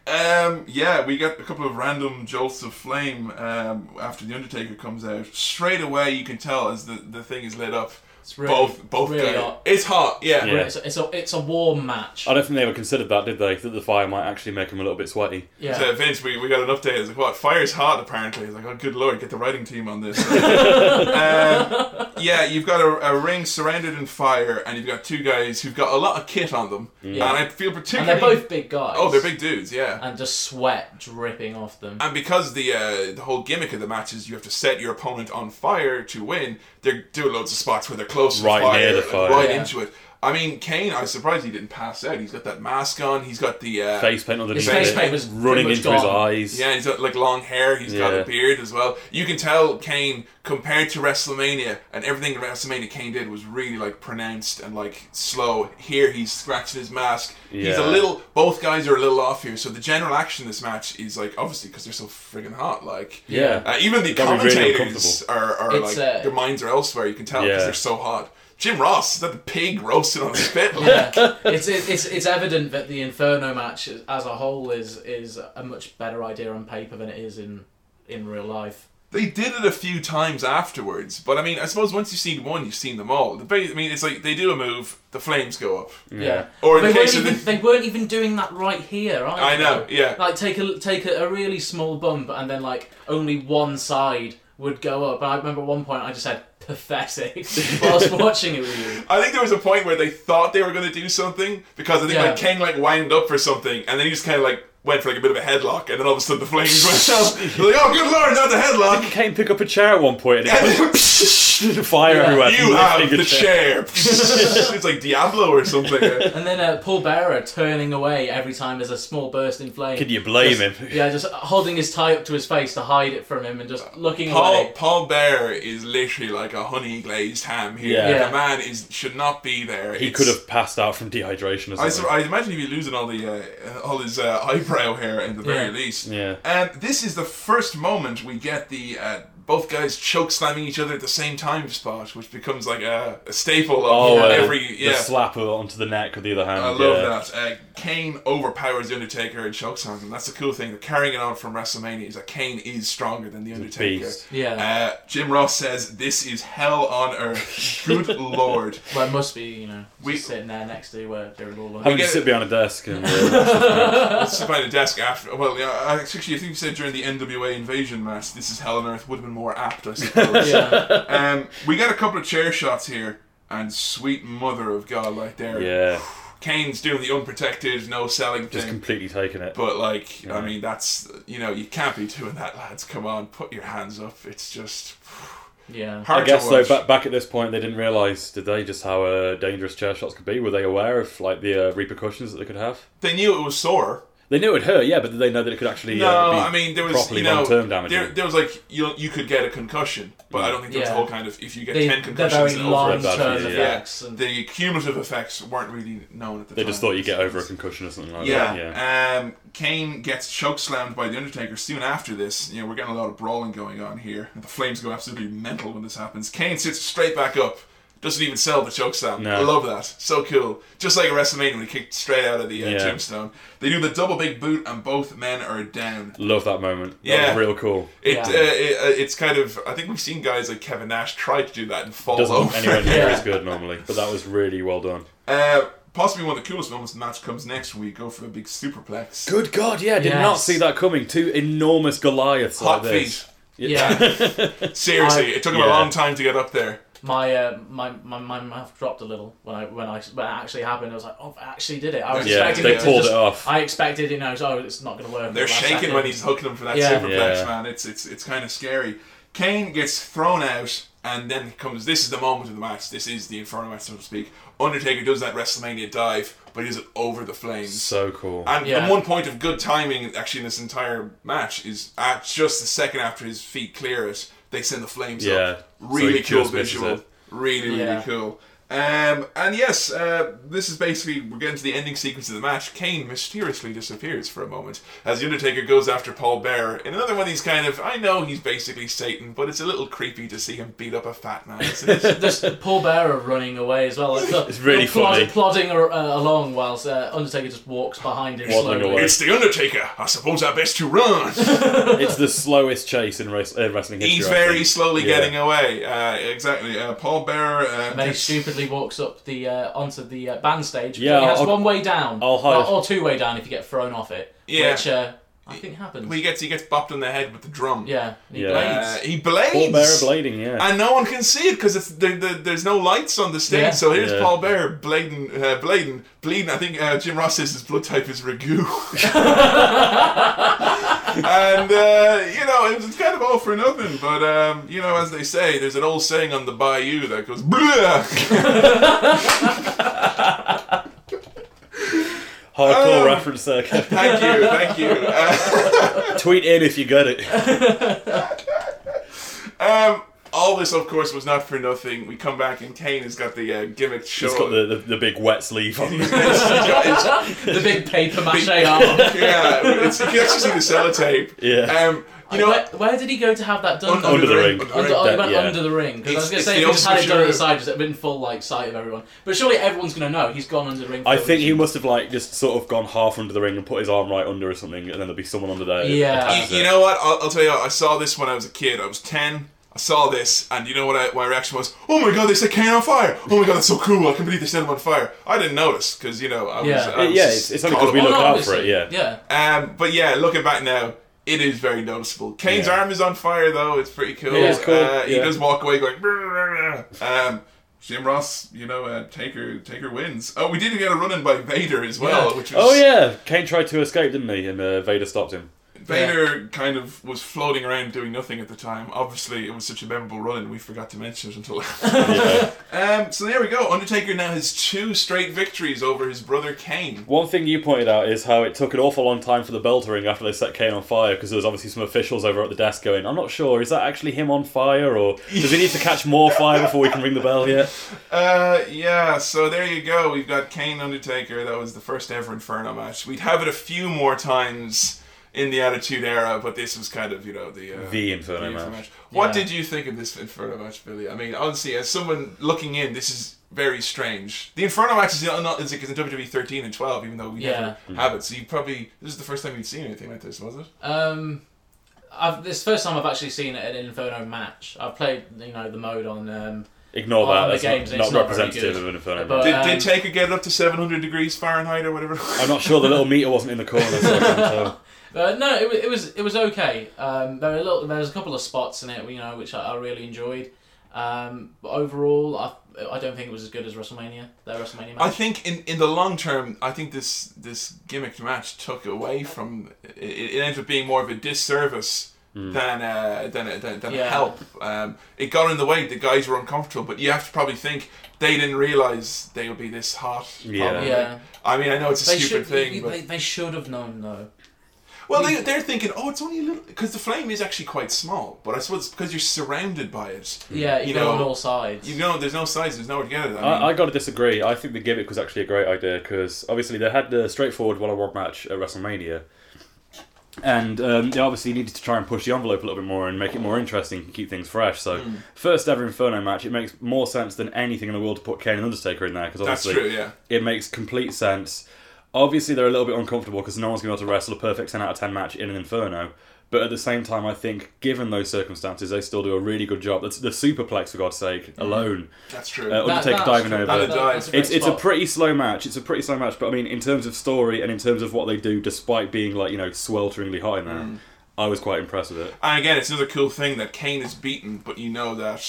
Um, yeah, we got a couple of random jolts of flame um, after the Undertaker comes out. Straight away, you can tell as the, the thing is lit up. It's really- both both really guys- hot. It's hot. Yeah. Yeah. It's, a, it's a it's a warm match. I don't think they ever considered that, did they? That the fire might actually make them a little bit sweaty. Yeah. So Vince, we, we got an update. It's like, what? Fire's hot, apparently. It's like, oh, good lord, get the writing team on this. Um, yeah, you've got a, a ring surrounded in fire, and you've got two guys who've got a lot of kit on them. Mm. And I feel and particularly. they're both big guys. Oh, they're big dudes, yeah. And, And just sweat dripping off them. because the uh, the whole gimmick of the match is you have to set your opponent on fire to win, they do loads of spots where they're close to Right fire, near the like, fire. right Yeah. into it. I mean, Kane, I was surprised he didn't pass out. He's got that mask on. He's got the uh, Face paint underneath His face it, paint was running pretty into much his gone. eyes. Yeah, he's got like long hair. He's got Yeah. a beard as well. You can tell Kane compared to WrestleMania, and everything in WrestleMania Kane did was really like pronounced and like slow. Here he's scratching his mask. He's a Yeah. little. Both guys are a little off here. So the general action in this match is like obviously because they're so friggin' hot. Like Yeah. uh, even the Gotta be really commentators are, are It's, like uh, their minds are elsewhere. You can tell because Yeah. they're so hot. Jim Ross is that the pig roasted on a spit? Like, it's, it's it's- it's evident that the Inferno match as a whole is is a much better idea on paper than it is in in real life. They did it a few times afterwards, but I mean, I suppose once you've seen one, you've seen them all. The ba- I mean, it's like they do a move, the flames go up. Mm. Yeah. Or in they, the weren't case of even, the- they weren't even doing that right here. Either. I know, yeah. Like take a take a, a really small bump and then like only one side would go up. And I remember at one point I just said pathetic whilst watching it with you. I think there was a point where they thought they were going to do something because I think Yeah. like Kang like wound up for something and then he just kind of like went for like a bit of a headlock and then all of a sudden the flames went out. They're Like, oh, good lord, not the I headlock. think he came pick up a chair at one point and it went fire everywhere. You have Lifting a the chair. it's like Diablo or something. And then uh, Paul Bearer turning away every time there's a small burst in flame. Can you blame Just- him? Yeah, just holding his tie up to his face to hide it from him and just looking Paul away. Paul Bear is literally like a honey glazed ham here. Yeah. The man is should not be there. He It's- could have passed out from dehydration or I, something. sur- I imagine he'd be losing all the uh, all his uh, eyebrow hair in the very Yeah. least. Yeah. And this is the first moment we get the uh, both guys choke slamming each other at the same time spot, which becomes like a, a staple of oh, uh, every yeah. the slap onto the neck with the other hand. I love yeah. that. Uh, Kane overpowers the Undertaker and chokes on him. That's the cool thing. They're carrying it on from WrestleMania is that Kane is stronger than the Undertaker. beast. Yeah. Uh, Jim Ross says this is hell on earth. Good lord. Well, it must be, you know, We- just sitting there next to uh, Jared Lawler. Having to get- sit behind a desk and uh, Let's sit by the desk after. Well, yeah, I- actually, I think you said during the NWA invasion match, this is hell on earth would have been more apt, I suppose. Yeah. um, we got a couple of chair shots here, and sweet mother of God, right there. yeah, Kane's doing the unprotected, no selling just thing. completely taking it. But like, I mean, that's you know, you can't be doing that, lads. Come on, put your hands up. It's just yeah. hard I guess to though, watch. back, back at this point, they didn't realise, did they, just how uh, dangerous chair shots could be? Were they aware of like the uh, repercussions that they could have? they knew it was sore. They knew it would hurt, yeah, but did they know that it could actually uh, No, be I mean there was properly you know long-term there, damaging? there was like you you could get a concussion, but I don't think there was a Yeah. whole kind of if you get They, ten they're concussions very and over long it, term Yeah. effects. And, the cumulative effects weren't really known at the They time. just thought you get over a concussion or something like Yeah. that. Yeah, Um, Kane gets choke slammed by the Undertaker soon after this. You know, we're getting a lot of brawling going on here. The flames go absolutely mental when this happens. Kane sits straight back up. Doesn't even sell the choke slam. No. I love that. So cool. Just like a WrestleMania when he kicked straight out of the uh, Yeah. tombstone. They do the double big boot and both men are down. love that moment. That Yeah. was real cool. It, Yeah. uh, it uh, it's kind of I think we've seen guys like Kevin Nash try to do that and fall Doesn't look over. anywhere near Yeah. as good normally, but that was really well done. Uh, possibly one of the coolest moments. The match comes next week. Go for a big superplex. Good God, yeah, did not Yes. see that coming. Two enormous Goliaths Hot like this. feet. yeah. Seriously, I- it took him a Yeah. long time to get up there. my, uh, my my my mouth dropped a little when I when I when it actually happened. I was like, oh, I actually did it. I was Yeah, expecting they it to pulled just- it off. I expected, you know, oh, it's not going to work. They're Last shaking second. when he's hooking them for that Yeah. superplex, Yeah. man. It's it's it's kind of scary. Kane gets thrown out, and then comes. This is the moment of the match. This is the inferno match, so to speak. Undertaker does that WrestleMania dive, but he does it over the flames. So cool. And, Yeah. and one point of good timing, actually, in this entire match is at just the second after his feet clear it, they send the flames Yeah. up. So Really he cool just misses visual. it. Really, really Yeah. cool. Um, and yes, uh, this is basically we're getting to the ending sequence of the match. Kane mysteriously disappears for a moment as the Undertaker goes after Paul Bearer. In another one of these kind of, I know he's basically Satan, but it's a little creepy to see him beat up a fat man. isn't it? Just Paul Bearer running away as well. Like, It's really funny. Plodding ar- uh, along whilst uh, Undertaker just walks behind him Waddling slowly. away. it's the Undertaker. I suppose I best to run. it's the slowest chase in, race, in wrestling history. He's I very think. slowly Yeah. getting away. Uh, exactly. Uh, Paul Bearer. Uh, And then he gets- stupidly walks up the uh, onto the uh, band stage. Yeah, he has I'll- one way down, I'll hide. or, or two way down if you get thrown off it. Yeah. which uh, I think happens. He gets he gets bopped on the head with the drum. yeah, and he Yeah. Uh, blades. he blades. Paul Bearer blading, yeah. And no one can see it because it's there, there, there's no lights on the stage. Yeah. So here's Yeah. Paul Bearer blading, uh, blading, bleeding. I think uh, Jim Ross says his blood type is ragu. and uh, you know it's, it's kind of all for nothing. But um, you know, as they say, there's an old saying on the bayou that goes. Bleh! Hardcore Um, reference there. Kev. thank you, thank you. Uh, Tweet in if you get it. Um, all this, of course, was not for nothing. We come back and Kane has got the uh, gimmick show. He's got the, the, the big wet sleeve on. Uh, the big paper mache arm. yeah, it's, you can actually see the sellotape. Yeah. Um, you know, where, where did he go to have that un- done? Under the ring. under the Under, oh, he that- went yeah. under the ring because I was going It's- to say it's the if he just had it done on ultimate- the side, just been full like sight of everyone. But surely everyone's going to know he's gone under the ring. I think he must have like just sort of gone half under the ring and put his arm right under or something, and then there'll be someone under there. Yeah. attaches You, you it. know what? I'll, I'll tell you. I saw this when I was a kid. I was ten. I saw this, and you know what? I, my reaction was, "Oh my god, they set Kane on fire! Oh my god, that's so cool! I can't believe they set him on fire!" I didn't notice because you know I was. Yeah. I was Yeah, just it's- it's only caught 'cause we up. look out for obviously. it, yeah. yeah. Um, but yeah, looking back now, it is very noticeable. Kane's Yeah. arm is on fire though; it's pretty cool. It is cool, Uh, He yeah. does walk away going. "Brr, brr, brr." Um, Jim Ross, you know, uh, Taker Taker wins. Oh, we did get a run in by Vader as well, which was Oh yeah, Kane tried to escape, didn't he? And uh, Vader stopped him. Vader kind of was floating around doing nothing at the time. Obviously, it was such a memorable run, and we forgot to mention it until. um, so there we go. Undertaker now has two straight victories over his brother Kane. One thing you pointed out is how it took an awful long time for the bell to ring after they set Kane on fire because there was obviously some officials over at the desk going, "I'm not sure, is that actually him on fire, or does he need to catch more fire before we can ring the bell yet?" Uh, yeah. So there you go. We've got Kane Undertaker. That was the first ever Inferno match. We'd have it a few more times in the Attitude Era, but this was kind of you know the uh, The Inferno match. What Yeah. did you think of this Inferno match, Billy? I mean, honestly, as someone looking in, this is very strange. The Inferno match is not is, is in WWE 13 and 12, even though we Yeah. Mm-hmm. never have it. So you probably this is the first time you'd seen anything like this, was it? Um, I've, this is the first time I've actually seen an Inferno match. I've played, you know, the mode on. Um, on Ignore that. The That's games. not, and it's not not very representative good. of an Inferno. But, match. Did, um, did Taker get it up to 700 degrees Fahrenheit or whatever? I'm not sure the little meter wasn't in the corner. So I couldn't tell. Uh, no, it, wa- it was it was okay. Um, there were a little, there was a couple of spots in it, you know, which I, I really enjoyed. Um, but overall, I, I don't think it was as good as WrestleMania. Their WrestleMania match. I think in, in the long term, I think this this gimmicked match took away from it, it ended up being more of a disservice than uh, than a, than, than a Yeah. help. Um, it got in the way. The guys were uncomfortable, but you have to probably think they didn't realize they would be this hot. Yeah. probably. Yeah. I mean, I know it's a they stupid should, thing, you- but they, they should have known though. well, they, they're thinking, oh, it's only a little because the flame is actually quite small. But I suppose because you're surrounded by it, Yeah, you, You know, know, on all sides. you know, there's no size, there's nowhere to get it. I mean, I, I got to disagree. I think the gimmick was actually a great idea because obviously they had the straightforward one-on-one match at WrestleMania, and um, they obviously needed to try and push the envelope a little bit more and make it more interesting and keep things fresh. So, Hmm. first ever Inferno match, it makes more sense than anything in the world to put Kane and Undertaker in there because That's obviously true, yeah. it makes complete sense. Obviously, they're a little bit uncomfortable because no one's going to be able to wrestle a perfect 10 out of 10 match in an Inferno. But at the same time, I think, given those circumstances, they still do a really good job. The, the superplex, for God's sake, alone. Mm. that's true. Uh, Undertaker that's diving true. over. That- that's Great It's, it's a spot. pretty slow match. It's a pretty slow match, but I mean, in terms of story and in terms of what they do, despite being like you know swelteringly hot in there, Mm. I was quite impressed with it. And again, it's another cool thing that Kane is beaten, but you know that,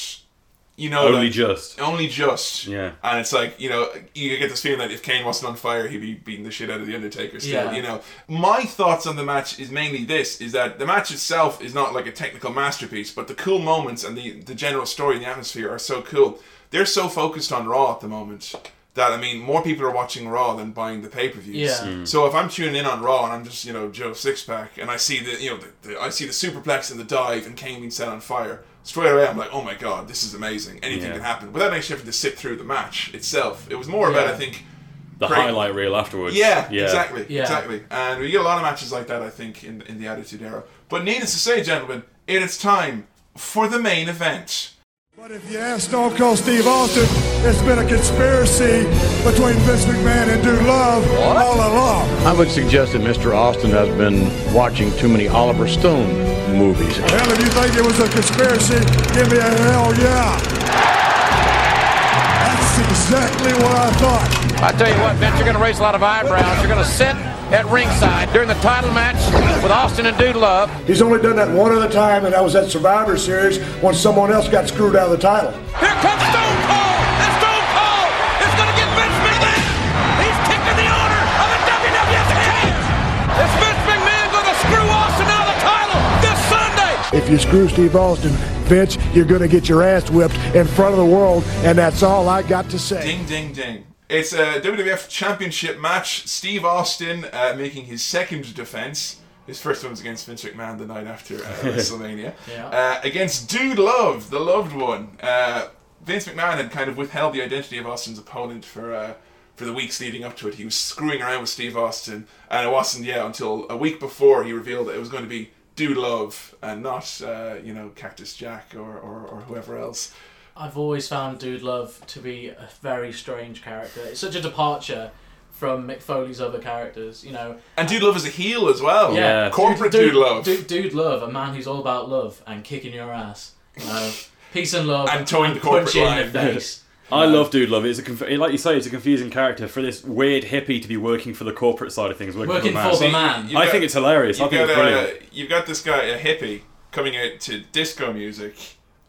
you know Only that- just. only just. Yeah. And it's like you know you get this feeling that if Kane wasn't on fire, he'd be beating the shit out of the Undertaker. Still, Yeah. you know. My thoughts on the match is mainly this: is that the match itself is not like a technical masterpiece, but the cool moments and the the general story and the atmosphere are so cool. They're so focused on Raw at the moment. That I mean, more people are watching Raw than buying the pay per views. Yeah. Mm. So if I'm tuning in on Raw and I'm just you know Joe Sixpack and I see the you know the, the, I see the superplex and the dive and Kane being set on fire, straight away I'm like, oh my god, this is amazing. Anything Yeah. can happen. But that makes you have to sit through the match itself. It was more about Yeah. I think. The Great. highlight reel afterwards. Yeah, exactly, Yeah. exactly. And we get a lot of matches like that, I think, in in the Attitude Era. But needless to say, gentlemen, it is time for the main event. But if you ask Stone Cold Steve Austin, it's been a conspiracy between Vince McMahon and Dude Love all along. I would suggest that Mr. Austin has been watching too many Oliver Stone movies. Hell, if you think it was a conspiracy, give me a hell yeah. That's exactly what I thought. I tell you what, Vince, you're going to raise a lot of eyebrows. You're going to sit at ringside during the title match with Austin and Dude Love. He's only done that one other time, and that was at Survivor Series when someone else got screwed out of the title. Here comes Stone Cold, and Stone Cold is going to get Vince McMahon. He's taking the honor of a WWF champ. Is Vince McMahon going to screw Austin out of the title this Sunday? If you screw Steve Austin, Vince, you're going to get your ass whipped in front of the world, and that's all I got to say. Ding, ding, ding. It's a WWF Championship match. Steve Austin uh, making his second defense. His first one was against Vince McMahon the night after uh, WrestleMania. Yeah. Uh, against Dude Love, the loved one. Uh, Vince McMahon had kind of withheld the identity of Austin's opponent for uh, for the weeks leading up to it. He was screwing around with Steve Austin, and it wasn't yeah until a week before he revealed that it was going to be Dude Love and not uh, you know Cactus Jack or, or, or whoever else. I've always found Dude Love to be a very strange character. It's such a departure from Mick Foley's other characters. You know, And Dude Love is a heel as well. Yeah. Yeah. Corporate Dude, Love. Dude, dude love, a man who's all about love and kicking your ass. You know, peace and love. And towing the corporate punching line. in the face. I love Dude Love. It's a conf- like you say, it's a confusing character for this weird hippie to be working for the corporate side of things, working, Working for the man. for the man. I think it's hilarious. I You've think got, it's brilliant. uh, you've got this guy, a hippie, coming out to disco music,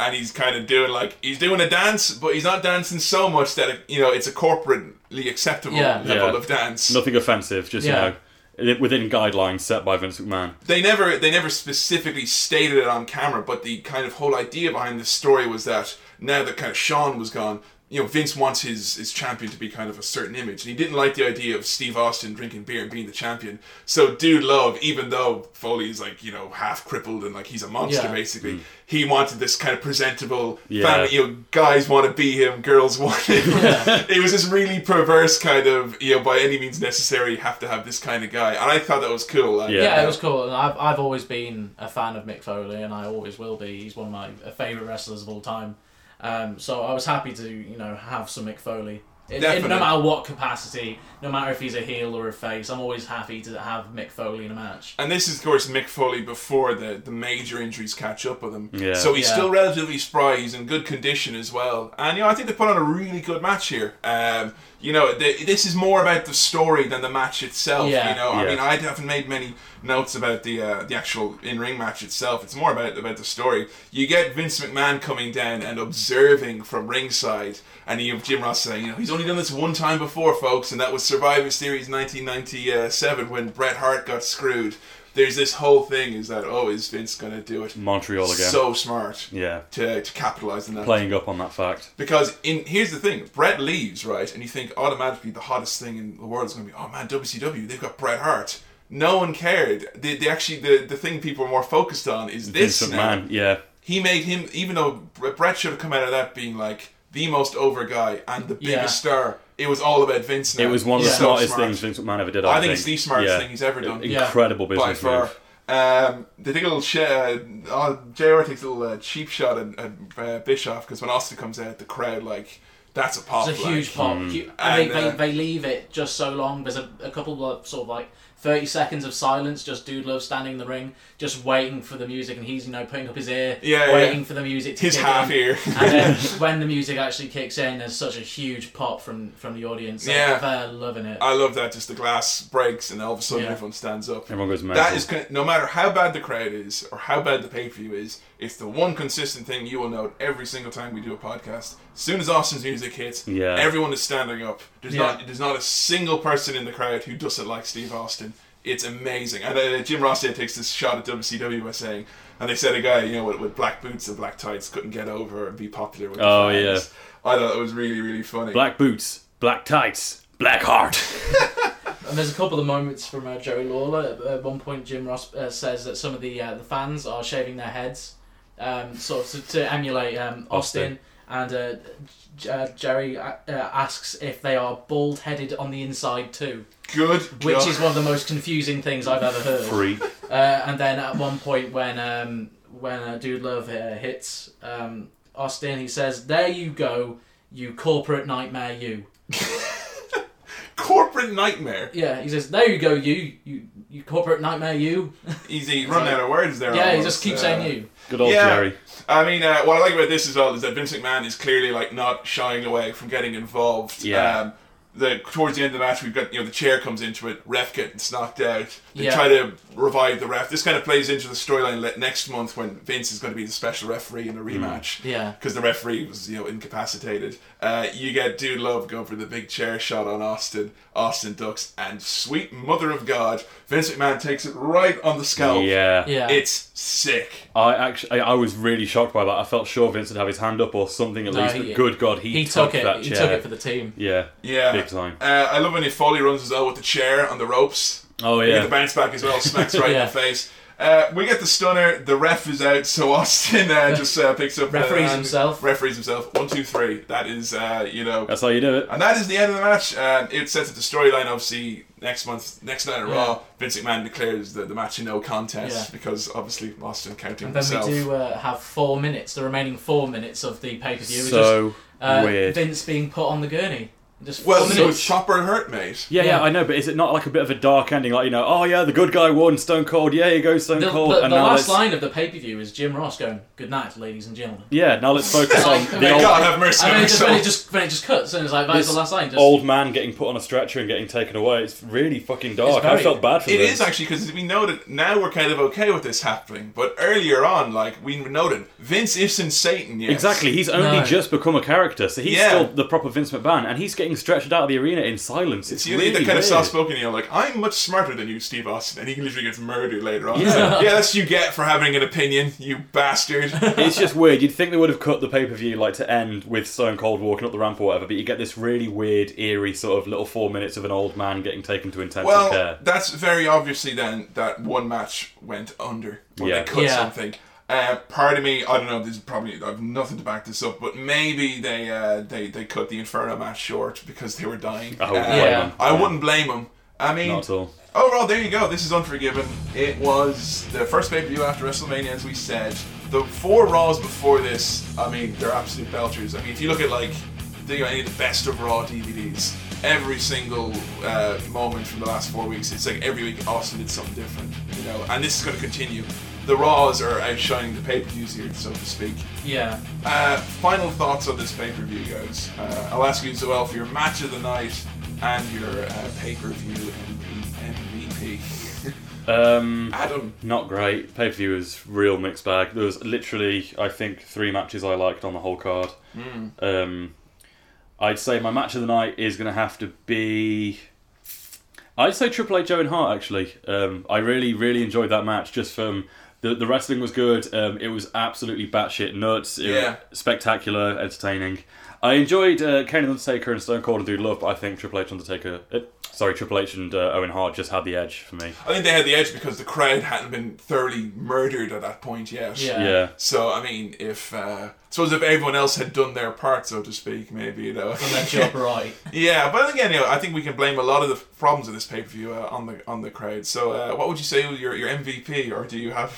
and he's kind of doing like he's doing a dance, but he's not dancing so much that it, you know it's a corporately acceptable level of dance. Nothing offensive, just Yeah. you know, within guidelines set by Vince McMahon. They never they never specifically stated it on camera, but the kind of whole idea behind this story was that now that kind of Sean was gone. You know, Vince wants his, his champion to be kind of a certain image, and he didn't like the idea of Steve Austin drinking beer and being the champion. So, Dude Love, even though Foley's like you know half crippled and like he's a monster Yeah. basically, he wanted this kind of presentable Yeah. family. You know, guys want to be him, girls want him. it was this really perverse kind of you know by any means necessary have to have this kind of guy, and I thought that was cool. Like, Yeah. it was cool. And I've, I've always been a fan of Mick Foley, and I always will be. He's one of my favourite wrestlers of all time. Um, so I was happy to, you know, have some Mick Foley. In, in Definitely. no matter what capacity, no matter if he's a heel or a face, I'm always happy to have Mick Foley in a match. And this is, of course, Mick Foley before the, the major injuries catch up with him. Yeah. So he's Yeah. still relatively spry. He's in good condition as well. And, you know, I think they put on a really good match here. Um, you know, the, this is more about the story than the match itself. Yeah. You know, I Yeah. mean, I haven't made many notes about the uh, the actual in ring match itself. It's more about about the story. You get Vince McMahon coming down and observing from ringside, and you have Jim Ross saying, you know, he's only done this one time before, folks, and that was Survivor Series 1997 when Bret Hart got screwed. There's this whole thing is that oh, is Vince gonna do it? Montreal again. So smart. Yeah. To to capitalize on that. Playing up on that fact. Because in here's the thing, Brett leaves, right? And you think automatically the hottest thing in the world is going to be, oh man, WCW, they've got Bret Hart. No one cared. The, the actually the, the thing people are more focused on is this Vince now. McMahon, yeah. He made him, even though Br- Brett should have come out of that being like the most over guy and the biggest Yeah. star. It was all about Vince. Now. It was one of the So smartest smart. things Vince McMahon ever did. I, I, think, it's the smartest thing he's ever done. Incredible By business far. move. Um, they take a little sh- uh, oh, JR takes a little uh, cheap shot at, at uh, Bischoff because when Austin comes out, the crowd like that's a pop. It's a like. huge pop. Hu- And, And, they, uh, they, they leave it just so long. There's a, a couple of sort of like 30 seconds of silence, just Dude Love standing in the ring, just waiting for the music, and he's, you know, putting up his ear, Yeah, waiting yeah. for the music to His kick half in. ear. and then when the music actually kicks in, there's such a huge pop from, from the audience. Like, Yeah. They're loving it. I love that. Just the glass breaks, and all of a sudden Yeah. everyone stands up. Everyone goes mental. That is con- no matter how bad the crowd is or how bad the pay per view is. It's the one consistent thing you will note every single time we do a podcast. As soon as Austin's music hits, Yeah. everyone is standing up. There's Yeah. not there's not a single person in the crowd who doesn't like Steve Austin. It's amazing. And uh, Jim Ross here takes this shot at WCW by saying, and they said a guy you know with, with black boots and black tights couldn't get over and be popular with. the Oh, fans. I thought that was really really funny. Black boots, black tights, black heart. And there's a couple of moments from uh, Joey Lawler. At one point, Jim Ross uh, says that some of the uh, the fans are shaving their heads, um, sort of to, to emulate um, Austin. Austin. And uh, J- uh, Jerry uh, uh, asks if they are bald headed on the inside too. Good Which God. is one of the most confusing things I've ever heard. Freak. Uh, and then at one point when um, when uh, Dude Love uh, hits um, Austin, he says, "There you go, you corporate nightmare, you." corporate nightmare. Yeah, he says, "There you go, you, you, you corporate nightmare, you." Easy, running out of words there. Yeah, he almost. just keeps Uh, saying you. yeah. I mean, uh, what I like about this as well is that Vince McMahon is clearly like not shying away from getting involved. Yeah. Um, the towards the end of the match, we've got you know the chair comes into it, ref gets knocked out. They Yeah. try to revive the ref. This kind of plays into the storyline le- next month when Vince is going to be the special referee in a Mm. rematch. Yeah. because the referee was you know incapacitated. Uh, you get Dude Love going for the big chair shot on Austin. Austin ducks, and sweet mother of God, Vince McMahon takes it right on the scalp. Yeah. Yeah. it's sick. I actually, I I was really shocked by that. I felt sure Vince would have his hand up or something at No, least. he- but good God, he, he took, took it. that He chair. took it for the team. Yeah, Yeah, big time. Uh, I love when he Foley runs as well with the chair on the ropes. Oh, You yeah. get the bounce back as well, smacks right in Yeah. the face. Uh, we get the stunner. The ref is out, so Austin uh, just uh, picks up. the Referees hand. himself. Referees himself. One, two, three. That is, uh, you know, That's how you do it. and that is the end of the match. Um, it sets up the storyline. Obviously, next month, next night at Yeah. Raw, Vince McMahon declares the, the match a no contest Yeah. because obviously Austin counting And then himself. we do uh, have four minutes. The remaining four minutes of the pay per view is So just uh, weird. Vince being put on the gurney. Just well, four it was minutes. Chopper hurt, mate. Yeah, yeah, I know, but is it not like a bit of a dark ending? Like, you know, oh yeah, the good guy won, Stone Cold, yeah, he goes Stone The, Cold. the, the and now last let's, line of the pay per view is Jim Ross going, "Good night, ladies and gentlemen." Yeah, now let's focus on Like, the old, God have mercy And on then it just, when it yourself. just when it just cuts and it's like that's this the last line. Just, old man getting put on a stretcher and getting taken away. It's really fucking dark. I very- felt bad for It this. is actually because we know that now we're kind of okay with this happening, but earlier on, like we noted, Vince isn't Satan. Yes. Exactly, he's only No. just become a character, so he's Yeah. still the proper Vince McMahon, and he's getting stretched out of the arena in silence. It's So you really need that kind weird. of soft spoken, you know, like, I'm much smarter than you, Steve Austin, and he literally gets murdered later on. Yeah. It's like, yeah, that's what you get for having an opinion, you bastard. it's just weird. You'd think they would have cut the pay per view like to end with Stone Cold walking up the ramp or whatever, but you get this really weird, eerie sort of little four minutes of an old man getting taken to intensive well, care. that's very obviously then that one match went under when Yeah. they cut Yeah. something. Uh, part of me, I don't know. This is probably I've nothing to back this up, but maybe they uh, they they cut the Inferno match short because they were dying. I wouldn't Uh, blame 'em. I Oh, Yeah. wouldn't blame them. I mean, Not at all. Overall, there you go. This is Unforgiven. It was the first pay per view after WrestleMania, as we said. The four Raws before this, I mean, they're absolute belters. I mean, if you look at like you know, any of the best of Raw DVDs, every single uh, moment from the last four weeks, it's like every week Austin did something different, you know. And this is going to continue. The Raws are outshining the pay per views here, so to speak. yeah. Uh, final thoughts on this pay per view, guys. Uh, I'll ask you as well for your match of the night and your uh, pay per view MVP. Um, Adam. Not great. Pay per view is real mixed bag. There was literally, I think, three matches I liked on the whole card. Mm. Um, I'd say my match of the night is going to have to be. I'd say Triple H Owen Hart actually. Um, I really, really enjoyed that match. Just from the the wrestling was good. Um, it was absolutely batshit nuts. It was Yeah. spectacular, entertaining. I enjoyed uh, Kane and Undertaker and Stone Cold and Dude Love, but I think Triple H Undertaker, uh, sorry, Triple H and uh, Owen Hart just had the edge for me. I think they had the edge because the crowd hadn't been thoroughly murdered at that point yet. Yeah. Yeah. So I mean, if uh, I suppose if everyone else had done their part, so to speak, maybe you know. Done their job right. Yeah, but again, you know, I think we can blame a lot of the problems of this pay per view uh, on the on the crowd. So uh, what would you say was your your MVP, or do you have?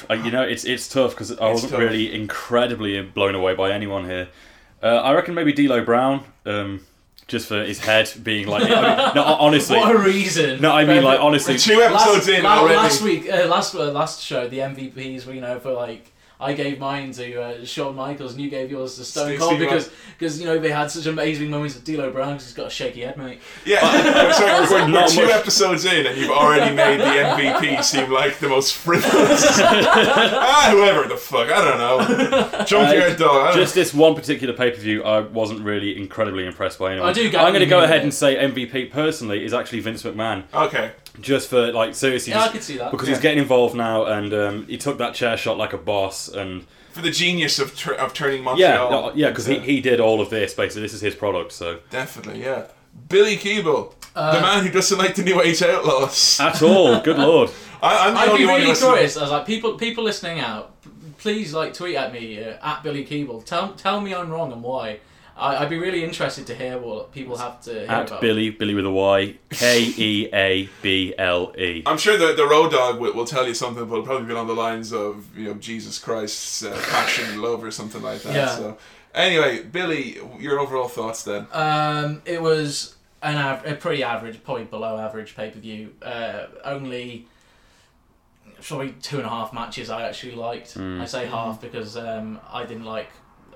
Uh, you know, it's it's tough because I It's wasn't tough. really incredibly blown away by anyone here. Uh, I reckon maybe D'Lo Brown, um, just for his head being like. I mean, no, ho- honestly. What a reason. No, I mean like Perfect. honestly. last, la- Last week, uh, last uh, last show, the MVPs were you know for like. I gave mine to uh, Shawn Michaels, and you gave yours to Stone Steve- Cold Steve because because you know they had such amazing moments with D'Lo Brown because he's got a shaky head, mate. Yeah, Uh, I'm sorry, we're, we're Not two much. episodes in, and you've already made the MVP seem like the most frivolous. ah, whoever the fuck, I don't know. Junkyard Dog. I don't Uh, Just this one particular pay per view, I wasn't really incredibly impressed by anyone. I do get I'm going to what you go mean. ahead and say MVP personally is actually Vince McMahon. Okay. Just for like seriously, Yeah, I just- could see that. because he's Yeah. getting involved now, and um, he took that chair shot like a boss, and for the genius of, tur of turning yeah, Montreal. no, yeah, because he, into- he did all of this basically. This is his product, so definitely, yeah. Billy Keeble, Uh, the man who doesn't like the New Age Outlaws at all. Good lord. I, I'm the I'd only be one who really listens- curious. I was like, people, people listening out, p- please like tweet at me uh, at Billy Keeble. Tell, tell me I'm wrong and why. I, I'd be really interested to hear what people have to hear At about. Billy, Billy with a Y, K E A B L E. I'm sure the, the road dog will, will tell you something, but it'll probably be along the lines of you know Jesus Christ's uh, passion and love or something like that. Yeah. So anyway, Billy, your overall thoughts then? Um, it was an av- a pretty average, probably below average pay per view. Uh, only probably two and a half matches I actually liked. Mm. I say Mm. half because um, I didn't like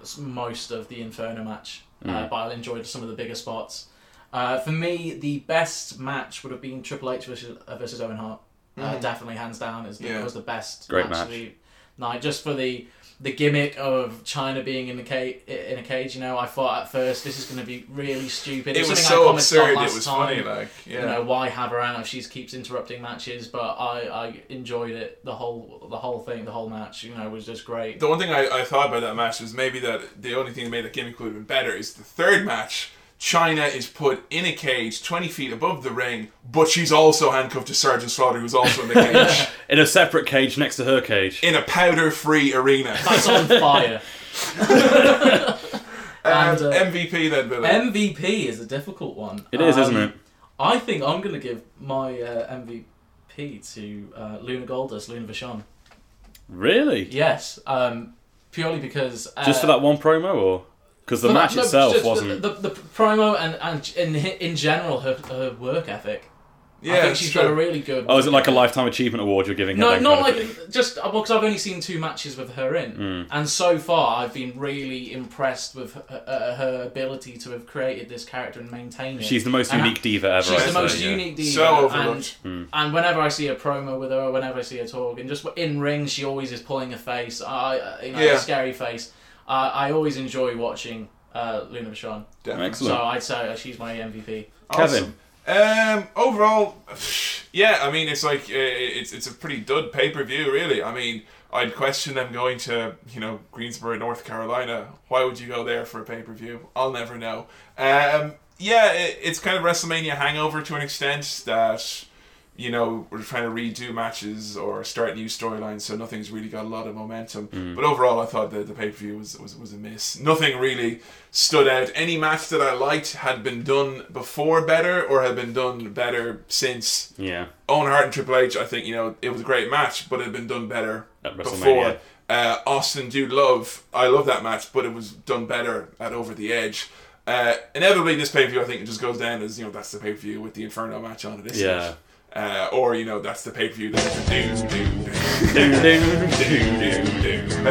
s- most of the Inferno match, uh, Mm. but I enjoyed some of the bigger spots. Uh, for me, the best match would have been Triple H versus, uh, versus Owen Hart. Uh, Mm. definitely, hands down, is the, Yeah. was the best Great match. of match. the night just for the the gimmick of China being in the cage. In a cage, you know, I thought at first this is going to be really stupid. It It's was something I so commented on absurd, it last was time. funny, like, yeah. you know, why have her out if she keeps interrupting matches? But I, I enjoyed it. The whole the whole thing, the whole match, you know, was just great. The one thing I, I thought about that match was maybe that the only thing that made that gimmick would have been better is the third match. China is put in a cage 20 feet above the ring, but she's also handcuffed to Sergeant Slaughter, who's also in the cage. In a separate cage next to her cage. in a powder free arena. That's on fire. And, uh, MVP then, uh, Billy. MVP is a difficult one. Um, It is, isn't it? I think I'm going to give my uh, MVP to uh, Luna Goldust, Luna Vachon. Really? Yes, um, purely because uh, Just for that one promo, or because the But match no, itself just the- wasn't. the, the, promo and and in in general her, her work ethic. Yeah, I think it's she's true. got a really good. oh, is it like a lifetime achievement award you're giving? her No, then, not kind of like just uh, because I've only seen two matches with her in, Mm. and so far I've been really impressed with her, uh, her ability to have created this character and maintain it. She's the most And unique diva ever, Uh-huh. She's I'd the say, most yeah. unique diva, So and, overlooked. Mm. and whenever I see a promo with her, or whenever I see her talk, and just in ring, she always is pulling a face, I, uh, you know, Yeah. a scary face. I I always enjoy watching uh, Luna Vachon. Definitely. Excellent. So I'd say she's my MVP. Awesome. Um, overall, yeah, I mean, it's like uh, it's it's a pretty dud pay per view, really. I mean, I'd question them going to you know Greensboro, North Carolina. Why would you go there for a pay per view? I'll never know. Um, yeah, it, it's kind of WrestleMania hangover to an extent that you know we're trying to redo matches or start new storylines, so nothing's really got a lot of momentum. Mm. But overall, I thought the the pay per view was, was was a miss. Nothing really stood out. Any match that I liked had been done before better or had been done better since. Yeah. Owen Hart and Triple H, I think you know it was a great match, but it had been done better At WrestleMania. before. Uh, Austin Dude Love, I love that match, but it was done better at Over the Edge. Uh, inevitably, this pay per view I think it just goes down as you know that's the pay per view with the Inferno match on it. isn't Yeah. it? Uh, or you know that's the pay per view that's the do do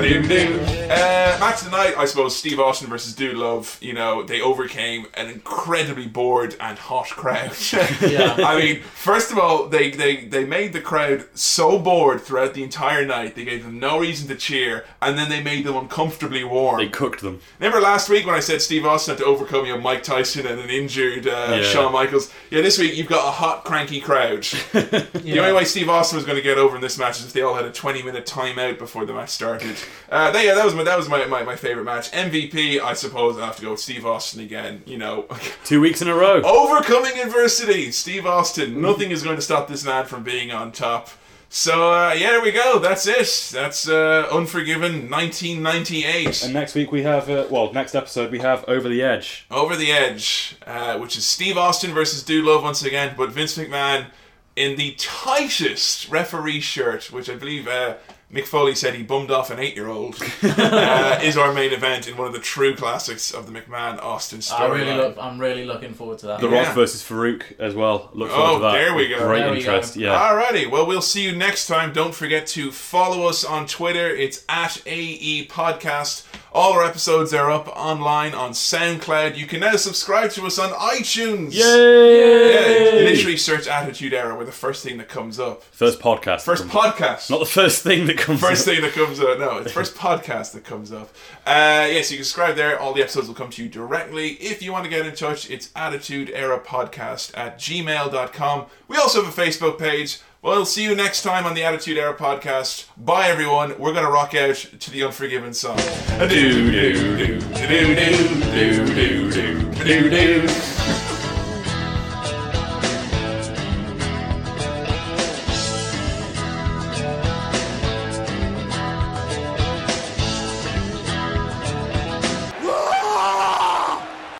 uh, match of the night, I suppose. Steve Austin versus Dude Love. You know, they overcame an incredibly bored and hot crowd. Yeah. I mean, first of all, they, they they made the crowd so bored throughout the entire night. They gave them no reason to cheer, and then they made them uncomfortably warm. They cooked them. Remember last week when I said Steve Austin had to overcome you know, Mike Tyson and an injured uh, Yeah. Shawn Michaels? Yeah, this week you've got a hot, cranky crowd. The only way Steve Austin was going to get over in this match is if they all had a 20 minute timeout before the match started. Uh, that- yeah, that was my that was my, my, my favorite match. MVP, I suppose I have to go with Steve Austin again. You know, Two weeks in a row. Oh. overcoming adversity. Steve Austin. Nothing is going to stop this man from being on top. So uh, yeah, there we go. That's it. That's uh, Unforgiven 1998. And next week we have, uh, well, next episode we have Over the Edge. Over the Edge, uh, which is Steve Austin versus Do Love once again, but Vince McMahon in the tightest referee shirt, which I believe uh, Mick Foley said he bummed off an eight-year-old, uh, is our main event in one of the true classics of the McMahon Austin I story. really look, I'm really looking forward to that. The Rock versus Farouk as well. Look forward Oh, to that. there we go. Great interest. Yeah. Alrighty. Well, we'll see you next time. Don't forget to follow us on Twitter. It's at AE Podcast. All our episodes are up online on SoundCloud. You can now subscribe to us on iTunes. Yay! Yeah, literally search Attitude Era. We're the first thing that comes up. First podcast. First podcast. Not the first thing that comes. First up. thing that comes up. No, it's first podcast that comes up. Uh, yes, you can subscribe there. All the episodes will come to you directly. If you want to get in touch, it's attitude era podcast at gmail.com. We also have a Facebook page. We'll see you next time on the Attitude Era podcast. Bye, everyone. We're going to rock out to the Unforgiven song. Do do do do do do do do do.